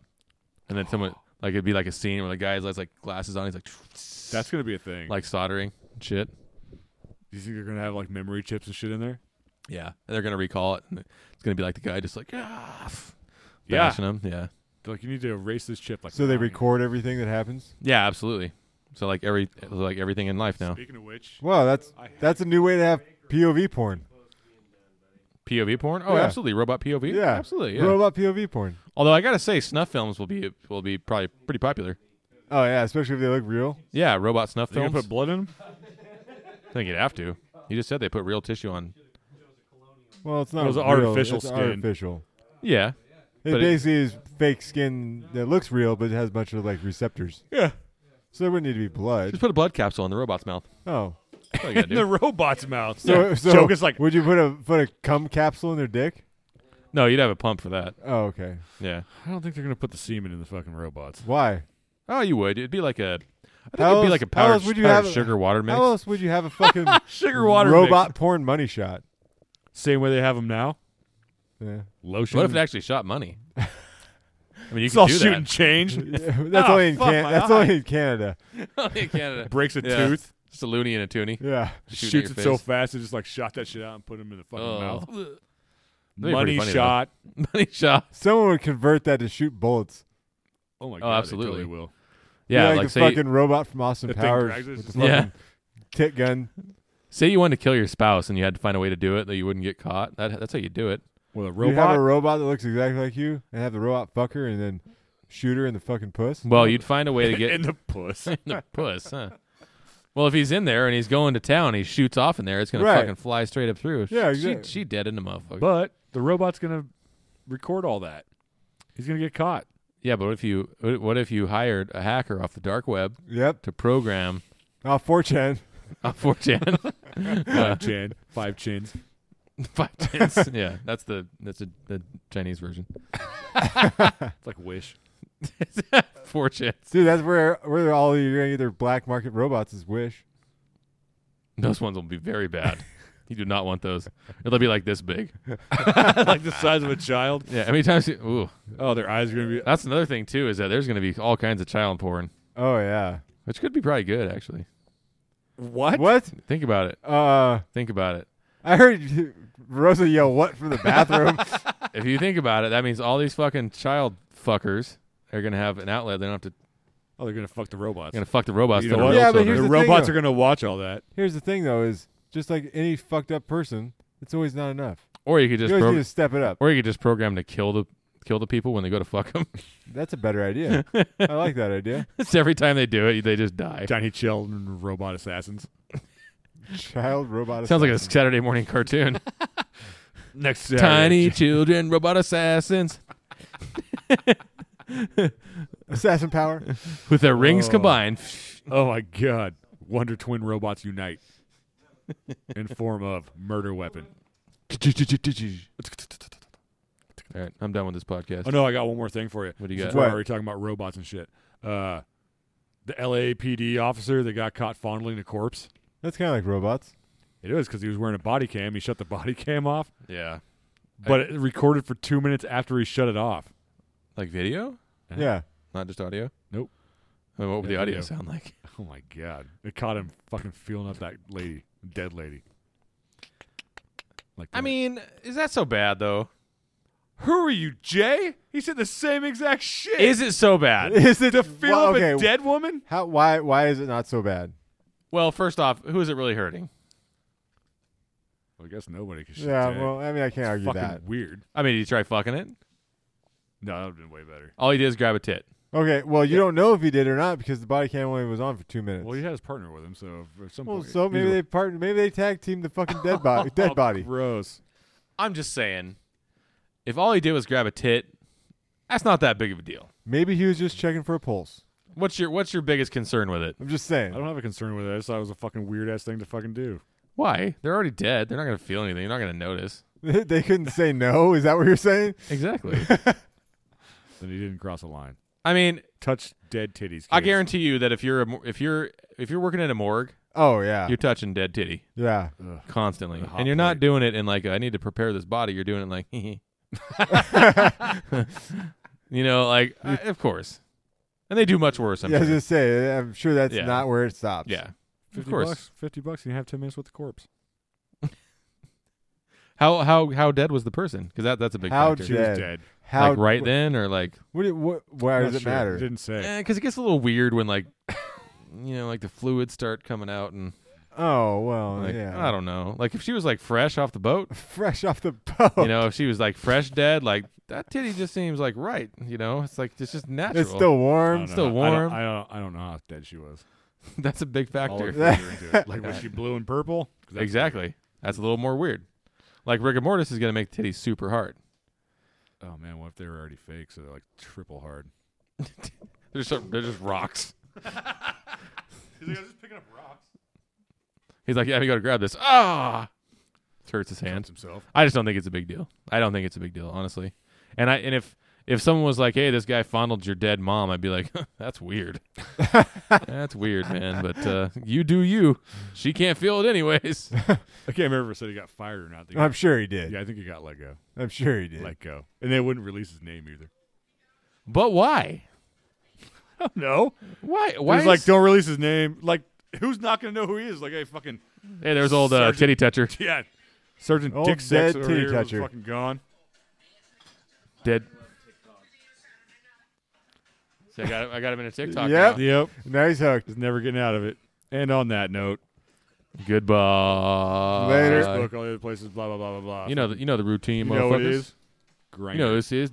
[SPEAKER 3] and then someone like it'd be like a scene where the guy has like glasses on. He's like,
[SPEAKER 2] That's gonna be a thing. Like,
[SPEAKER 3] like soldering and shit.
[SPEAKER 2] do you think they're gonna have like memory chips and shit in there?
[SPEAKER 3] Yeah, and they're gonna recall it. And it's gonna be like the guy just like ah, f-
[SPEAKER 2] Yeah.
[SPEAKER 3] bashing him. Yeah,
[SPEAKER 2] They're like, you need to erase this chip. Like,
[SPEAKER 1] so they
[SPEAKER 2] mine.
[SPEAKER 1] record everything that happens.
[SPEAKER 3] yeah, absolutely. So like every like everything in life now,
[SPEAKER 2] Speaking of which,
[SPEAKER 1] Wow, that's
[SPEAKER 2] I had
[SPEAKER 1] that's a new way to have POV porn.
[SPEAKER 3] POV porn. Oh,
[SPEAKER 1] Yeah.
[SPEAKER 3] absolutely, robot POV.
[SPEAKER 1] Yeah.
[SPEAKER 3] absolutely. Yeah.
[SPEAKER 1] Robot POV porn.
[SPEAKER 3] Although I gotta say, snuff films will be will be probably pretty popular.
[SPEAKER 1] Oh yeah, especially if they look real.
[SPEAKER 3] Yeah, robot snuff
[SPEAKER 2] Are you
[SPEAKER 3] films.
[SPEAKER 2] gonna put blood in 'em?
[SPEAKER 3] I think you'd have to. You just said they put real tissue on.
[SPEAKER 1] Well, it's not
[SPEAKER 2] It was
[SPEAKER 1] real,
[SPEAKER 2] artificial
[SPEAKER 1] it's
[SPEAKER 2] skin.
[SPEAKER 1] Artificial.
[SPEAKER 3] Yeah,
[SPEAKER 1] It
[SPEAKER 3] But it-
[SPEAKER 1] basically is fake skin that looks real, but it has a bunch of like receptors.
[SPEAKER 2] Yeah.
[SPEAKER 1] So there wouldn't need to be blood.
[SPEAKER 3] just put a blood capsule in the robot's mouth.
[SPEAKER 1] Oh,
[SPEAKER 3] That's all you gotta
[SPEAKER 2] In the
[SPEAKER 3] do.
[SPEAKER 2] robot's mouth.
[SPEAKER 1] so,
[SPEAKER 2] Yeah.
[SPEAKER 1] so
[SPEAKER 2] joke is like,
[SPEAKER 1] would you put a put a cum capsule in their dick?
[SPEAKER 3] No, you'd have a pump for that.
[SPEAKER 1] Oh, okay.
[SPEAKER 3] Yeah.
[SPEAKER 2] I don't think they're gonna put the semen in the fucking robots.
[SPEAKER 1] Why?
[SPEAKER 3] Oh, you would. It'd be like a. I think
[SPEAKER 1] How
[SPEAKER 3] it'd be
[SPEAKER 1] else-
[SPEAKER 3] like a
[SPEAKER 1] how
[SPEAKER 3] powdered,
[SPEAKER 1] else would you
[SPEAKER 3] powdered
[SPEAKER 1] have-
[SPEAKER 3] sugar water mix.
[SPEAKER 1] How else would you have a fucking
[SPEAKER 2] Sugar water
[SPEAKER 1] robot porn money shot?
[SPEAKER 2] mix. Same way they have them now.
[SPEAKER 1] Yeah.
[SPEAKER 2] Lotion.
[SPEAKER 3] What if it actually shot money? I mean, you
[SPEAKER 2] it's
[SPEAKER 3] can
[SPEAKER 2] all
[SPEAKER 3] do
[SPEAKER 2] shoot and change.
[SPEAKER 1] that's
[SPEAKER 2] Oh,
[SPEAKER 1] only in
[SPEAKER 2] fuck
[SPEAKER 1] Can-
[SPEAKER 2] my
[SPEAKER 1] that's
[SPEAKER 2] eye.
[SPEAKER 1] only in Canada.
[SPEAKER 3] that in Canada.
[SPEAKER 2] Breaks a
[SPEAKER 3] Yeah.
[SPEAKER 2] tooth.
[SPEAKER 3] Just a loony and a toonie.
[SPEAKER 1] Yeah.
[SPEAKER 3] Shooting at
[SPEAKER 2] shoots
[SPEAKER 3] your
[SPEAKER 2] it so
[SPEAKER 3] face.
[SPEAKER 2] fast it just like shot that shit out and put him in the fucking
[SPEAKER 3] Oh.
[SPEAKER 2] mouth.
[SPEAKER 3] That'd be pretty
[SPEAKER 2] Money
[SPEAKER 3] funny, though.
[SPEAKER 2] shot.
[SPEAKER 3] Money shot.
[SPEAKER 1] Someone would convert that to shoot bullets.
[SPEAKER 2] Oh my god! They
[SPEAKER 3] absolutely.
[SPEAKER 2] totally will.
[SPEAKER 3] Yeah, like,
[SPEAKER 1] like, the
[SPEAKER 3] say,
[SPEAKER 1] fucking robot from Austin
[SPEAKER 2] That thing
[SPEAKER 1] Powers
[SPEAKER 2] drags it,
[SPEAKER 1] with the
[SPEAKER 2] it's
[SPEAKER 1] fucking
[SPEAKER 3] just- Yeah.
[SPEAKER 1] tit gun.
[SPEAKER 3] say you wanted to kill your spouse and you had to find a way to do it that you wouldn't get caught. That, that's how you do it.
[SPEAKER 2] Well, a
[SPEAKER 1] You have a
[SPEAKER 2] robot.
[SPEAKER 1] robot that looks exactly like you, and have the robot fuck her, and then shoot her in the fucking puss.
[SPEAKER 3] Well, you'd find a way to get
[SPEAKER 2] in the puss.
[SPEAKER 3] in the puss, huh? Well, if he's in there and he's going to town, he shoots off in there. It's gonna
[SPEAKER 1] Right.
[SPEAKER 3] fucking fly straight up through.
[SPEAKER 1] Yeah,
[SPEAKER 3] She-
[SPEAKER 1] exactly.
[SPEAKER 3] She, dead in the motherfucker.
[SPEAKER 2] but the robot's gonna record all that. He's gonna get caught.
[SPEAKER 3] yeah, but what if you what if you hired a hacker off the dark web
[SPEAKER 1] Yep.
[SPEAKER 3] to program
[SPEAKER 1] Oh, 4chan.
[SPEAKER 3] on 4chan?
[SPEAKER 2] Five chin, five chins.
[SPEAKER 3] Five tens. yeah, that's the that's a, the Chinese version.
[SPEAKER 2] It's like wish.
[SPEAKER 3] Four chins.
[SPEAKER 1] Dude, that's where where all you're gonna get their black market robots is Wish.
[SPEAKER 3] Those ones will be very bad. you do not want those. It'll be like this big.
[SPEAKER 2] like the size of a child.
[SPEAKER 3] Yeah. How many times? You, ooh,
[SPEAKER 2] Oh, their eyes are gonna be.
[SPEAKER 3] that's another thing too. Is that there's going to be all kinds of child porn,
[SPEAKER 1] Oh yeah.
[SPEAKER 3] which could be probably good actually.
[SPEAKER 2] What?
[SPEAKER 1] What?
[SPEAKER 3] Think about it.
[SPEAKER 1] Uh,
[SPEAKER 3] Think about it.
[SPEAKER 1] I heard you- Rosa yell "What" from the bathroom.
[SPEAKER 3] If you think about it, that means all these fucking child fuckers are going to have an outlet. They don't have to.
[SPEAKER 2] Oh, they're gonna fuck the robots.
[SPEAKER 3] They're going to fuck the robots.
[SPEAKER 2] You
[SPEAKER 3] till
[SPEAKER 2] know
[SPEAKER 3] they're
[SPEAKER 1] Yeah,
[SPEAKER 2] what?
[SPEAKER 1] but
[SPEAKER 3] also
[SPEAKER 1] here's
[SPEAKER 2] the
[SPEAKER 3] adults.
[SPEAKER 1] thing,
[SPEAKER 2] robots
[SPEAKER 1] though.
[SPEAKER 2] are gonna watch all that.
[SPEAKER 1] Here's the thing though: is just like any fucked up person, it's always not enough.
[SPEAKER 3] or you could
[SPEAKER 1] You
[SPEAKER 3] just
[SPEAKER 1] always
[SPEAKER 3] pro-
[SPEAKER 1] need to step it up.
[SPEAKER 3] or you could just program to kill the kill the people when they go to fuck them.
[SPEAKER 1] That's a better idea. I like that idea.
[SPEAKER 3] it's every time they do it, they just die.
[SPEAKER 2] Tiny children, robot assassins.
[SPEAKER 1] Child robot.
[SPEAKER 3] Sounds like a
[SPEAKER 1] assassin.
[SPEAKER 3] Saturday morning cartoon.
[SPEAKER 2] Next Saturday.
[SPEAKER 3] Tiny children, robot assassins
[SPEAKER 1] assassin power.
[SPEAKER 3] with their rings
[SPEAKER 2] Oh.
[SPEAKER 3] combined.
[SPEAKER 2] Oh my god. Wonder Twin robots unite in form of murder weapon.
[SPEAKER 3] All right, I'm done with this podcast.
[SPEAKER 2] Oh no, I got one more thing for you.
[SPEAKER 3] What do you
[SPEAKER 2] Since
[SPEAKER 3] got?
[SPEAKER 2] We're
[SPEAKER 1] What?
[SPEAKER 2] already talking about robots and shit. Uh, the LAPD officer that got caught fondling a corpse.
[SPEAKER 1] That's kind of like robots.
[SPEAKER 2] It was because he was wearing a body cam. He shut the body cam off,
[SPEAKER 3] Yeah,
[SPEAKER 2] but it recorded for two minutes after he shut it off.
[SPEAKER 3] like video,
[SPEAKER 2] Yeah.
[SPEAKER 1] Yeah.
[SPEAKER 3] not just audio.
[SPEAKER 2] Nope.
[SPEAKER 3] I mean, what would
[SPEAKER 2] Yeah,
[SPEAKER 3] the audio
[SPEAKER 2] video.
[SPEAKER 3] sound like?
[SPEAKER 2] Oh my god! It caught him fucking feeling up that lady, dead lady. Like
[SPEAKER 3] I
[SPEAKER 2] that.
[SPEAKER 3] mean, is that so bad though?
[SPEAKER 2] who are you, Jay? He said the same exact shit.
[SPEAKER 3] Is it so bad?
[SPEAKER 1] Is it
[SPEAKER 2] to feel
[SPEAKER 1] well,
[SPEAKER 2] up
[SPEAKER 1] okay.
[SPEAKER 2] a dead woman?
[SPEAKER 1] How? Why? Why is it not so bad?
[SPEAKER 3] Well, first off, who is it really hurting?
[SPEAKER 2] Well, I guess nobody. Cause she's
[SPEAKER 1] Yeah.
[SPEAKER 2] dead.
[SPEAKER 1] Well, I mean, I can't argue
[SPEAKER 2] fucking
[SPEAKER 1] that.
[SPEAKER 2] weird.
[SPEAKER 3] I mean, did you try fucking it?
[SPEAKER 2] No, that would have been way better.
[SPEAKER 3] All he did is grab a tit.
[SPEAKER 1] Okay. Well, you don't know if he did or not because the body cam only was on for two minutes.
[SPEAKER 2] Well, he had his partner with him, so if- at some
[SPEAKER 1] Well,
[SPEAKER 2] point.
[SPEAKER 1] so maybe
[SPEAKER 2] either-
[SPEAKER 1] they partnered. Maybe they tag teamed the fucking dead body.
[SPEAKER 2] Oh,
[SPEAKER 1] Dead body.
[SPEAKER 2] Gross.
[SPEAKER 3] I'm just saying, if all he did was grab a tit, that's not that big of a deal.
[SPEAKER 1] Maybe he was just checking for a pulse.
[SPEAKER 3] What's your What's your biggest concern with it?
[SPEAKER 1] I'm just
[SPEAKER 2] I
[SPEAKER 1] saying.
[SPEAKER 2] don't have a concern with that. I just thought it was a fucking weird ass thing to fucking do.
[SPEAKER 3] Why? They're already dead. They're not going to feel anything. You're not going to notice.
[SPEAKER 1] they couldn't say no. Is that what you're saying?
[SPEAKER 3] Exactly.
[SPEAKER 2] Then he didn't cross a line.
[SPEAKER 3] I mean,
[SPEAKER 2] Touch dead titties.
[SPEAKER 3] I
[SPEAKER 2] kids.
[SPEAKER 3] guarantee you that if you're a, mo- if you're if you're working at a morgue,
[SPEAKER 1] Oh yeah.
[SPEAKER 3] you're touching dead titty
[SPEAKER 1] yeah.
[SPEAKER 2] Ugh.
[SPEAKER 3] constantly,
[SPEAKER 2] A hot
[SPEAKER 3] and you're not
[SPEAKER 2] plate.
[SPEAKER 3] doing it in like I need to prepare this body. You're doing it like, you know, like I- of course, and they do much worse. I'm
[SPEAKER 1] yeah. I was
[SPEAKER 3] sure.
[SPEAKER 1] gonna say. I'm sure that's
[SPEAKER 3] Yeah.
[SPEAKER 1] not where it stops.
[SPEAKER 3] yeah. Of
[SPEAKER 2] Fifty
[SPEAKER 3] course.
[SPEAKER 2] bucks. Fifty bucks, and you have ten minutes with the corpse.
[SPEAKER 3] How how how dead was the person? Because that that's a big
[SPEAKER 1] How
[SPEAKER 3] factor.
[SPEAKER 2] She
[SPEAKER 1] Dead.
[SPEAKER 2] was dead.
[SPEAKER 1] How?
[SPEAKER 3] like right
[SPEAKER 1] wh-
[SPEAKER 3] then or like
[SPEAKER 1] What? do you- What? Why
[SPEAKER 2] Not
[SPEAKER 1] does it
[SPEAKER 2] sure.
[SPEAKER 1] matter?
[SPEAKER 2] Didn't say.
[SPEAKER 3] because it gets a little weird when like you know like the fluids start coming out and
[SPEAKER 1] Oh well.
[SPEAKER 3] like
[SPEAKER 1] yeah.
[SPEAKER 3] I don't know. Like if she was like fresh off the boat,
[SPEAKER 1] Fresh off the boat.
[SPEAKER 3] you know, if she was like fresh dead, like that titty just seems like right. You know, it's like it's just natural.
[SPEAKER 1] it's still
[SPEAKER 2] I
[SPEAKER 1] warm.
[SPEAKER 2] don't
[SPEAKER 3] still
[SPEAKER 2] know. I don't-
[SPEAKER 3] warm.
[SPEAKER 2] I don't, I don't know how dead she was.
[SPEAKER 3] that's a big
[SPEAKER 2] All her
[SPEAKER 3] factor.
[SPEAKER 2] fingers into it. Like was she blue and purple? 'Cause that's
[SPEAKER 3] Exactly. That's a little more weird. Like rigor mortis is gonna make titties super hard.
[SPEAKER 2] weird. Oh man, what if they were already fake? So they're like triple hard.
[SPEAKER 3] They're just they're just rocks.
[SPEAKER 2] just picking up rocks.
[SPEAKER 3] He's like, yeah, we gotta grab this. Ah, hurts his hand.
[SPEAKER 2] himself.
[SPEAKER 3] I just don't think it's a big deal. I don't think it's a big deal, honestly. And I and if if someone was like, "Hey, this guy fondled your dead mom," I'd be like, "That's weird. That's weird, man." But uh, you do you. She can't feel it anyways.
[SPEAKER 2] I can't remember if I said he got fired or not. They
[SPEAKER 1] I'm
[SPEAKER 2] got-
[SPEAKER 1] sure he did.
[SPEAKER 2] yeah, I think he got let go.
[SPEAKER 1] I'm sure he did.
[SPEAKER 2] Let go, and they wouldn't release his name either.
[SPEAKER 3] But why? Oh,
[SPEAKER 2] no,
[SPEAKER 3] Why?
[SPEAKER 2] Why
[SPEAKER 3] Why?
[SPEAKER 2] he's
[SPEAKER 3] Is,
[SPEAKER 2] like, don't release his name. Like, who's not gonna know who he is? Like, hey, fucking
[SPEAKER 3] hey, there's old uh,
[SPEAKER 2] Sergeant-
[SPEAKER 3] titty toucher,
[SPEAKER 2] yeah, Sergeant
[SPEAKER 1] Old
[SPEAKER 2] Dick Sex
[SPEAKER 1] dead
[SPEAKER 2] over
[SPEAKER 1] titty
[SPEAKER 2] here was
[SPEAKER 1] toucher.
[SPEAKER 2] fucking gone.
[SPEAKER 3] dead. See, I got I got him in a TikTok.
[SPEAKER 1] Yep.
[SPEAKER 3] now.
[SPEAKER 2] Yep,
[SPEAKER 1] Now he's hooked.
[SPEAKER 2] he's never getting out of it. And on that note,
[SPEAKER 3] Goodbye.
[SPEAKER 1] Later.
[SPEAKER 2] Facebook, all the other places, blah blah blah blah blah.
[SPEAKER 3] You know the you know the routine,
[SPEAKER 2] you know what it
[SPEAKER 3] motherfuckers.
[SPEAKER 2] is?
[SPEAKER 3] You
[SPEAKER 2] Grind.
[SPEAKER 3] know this is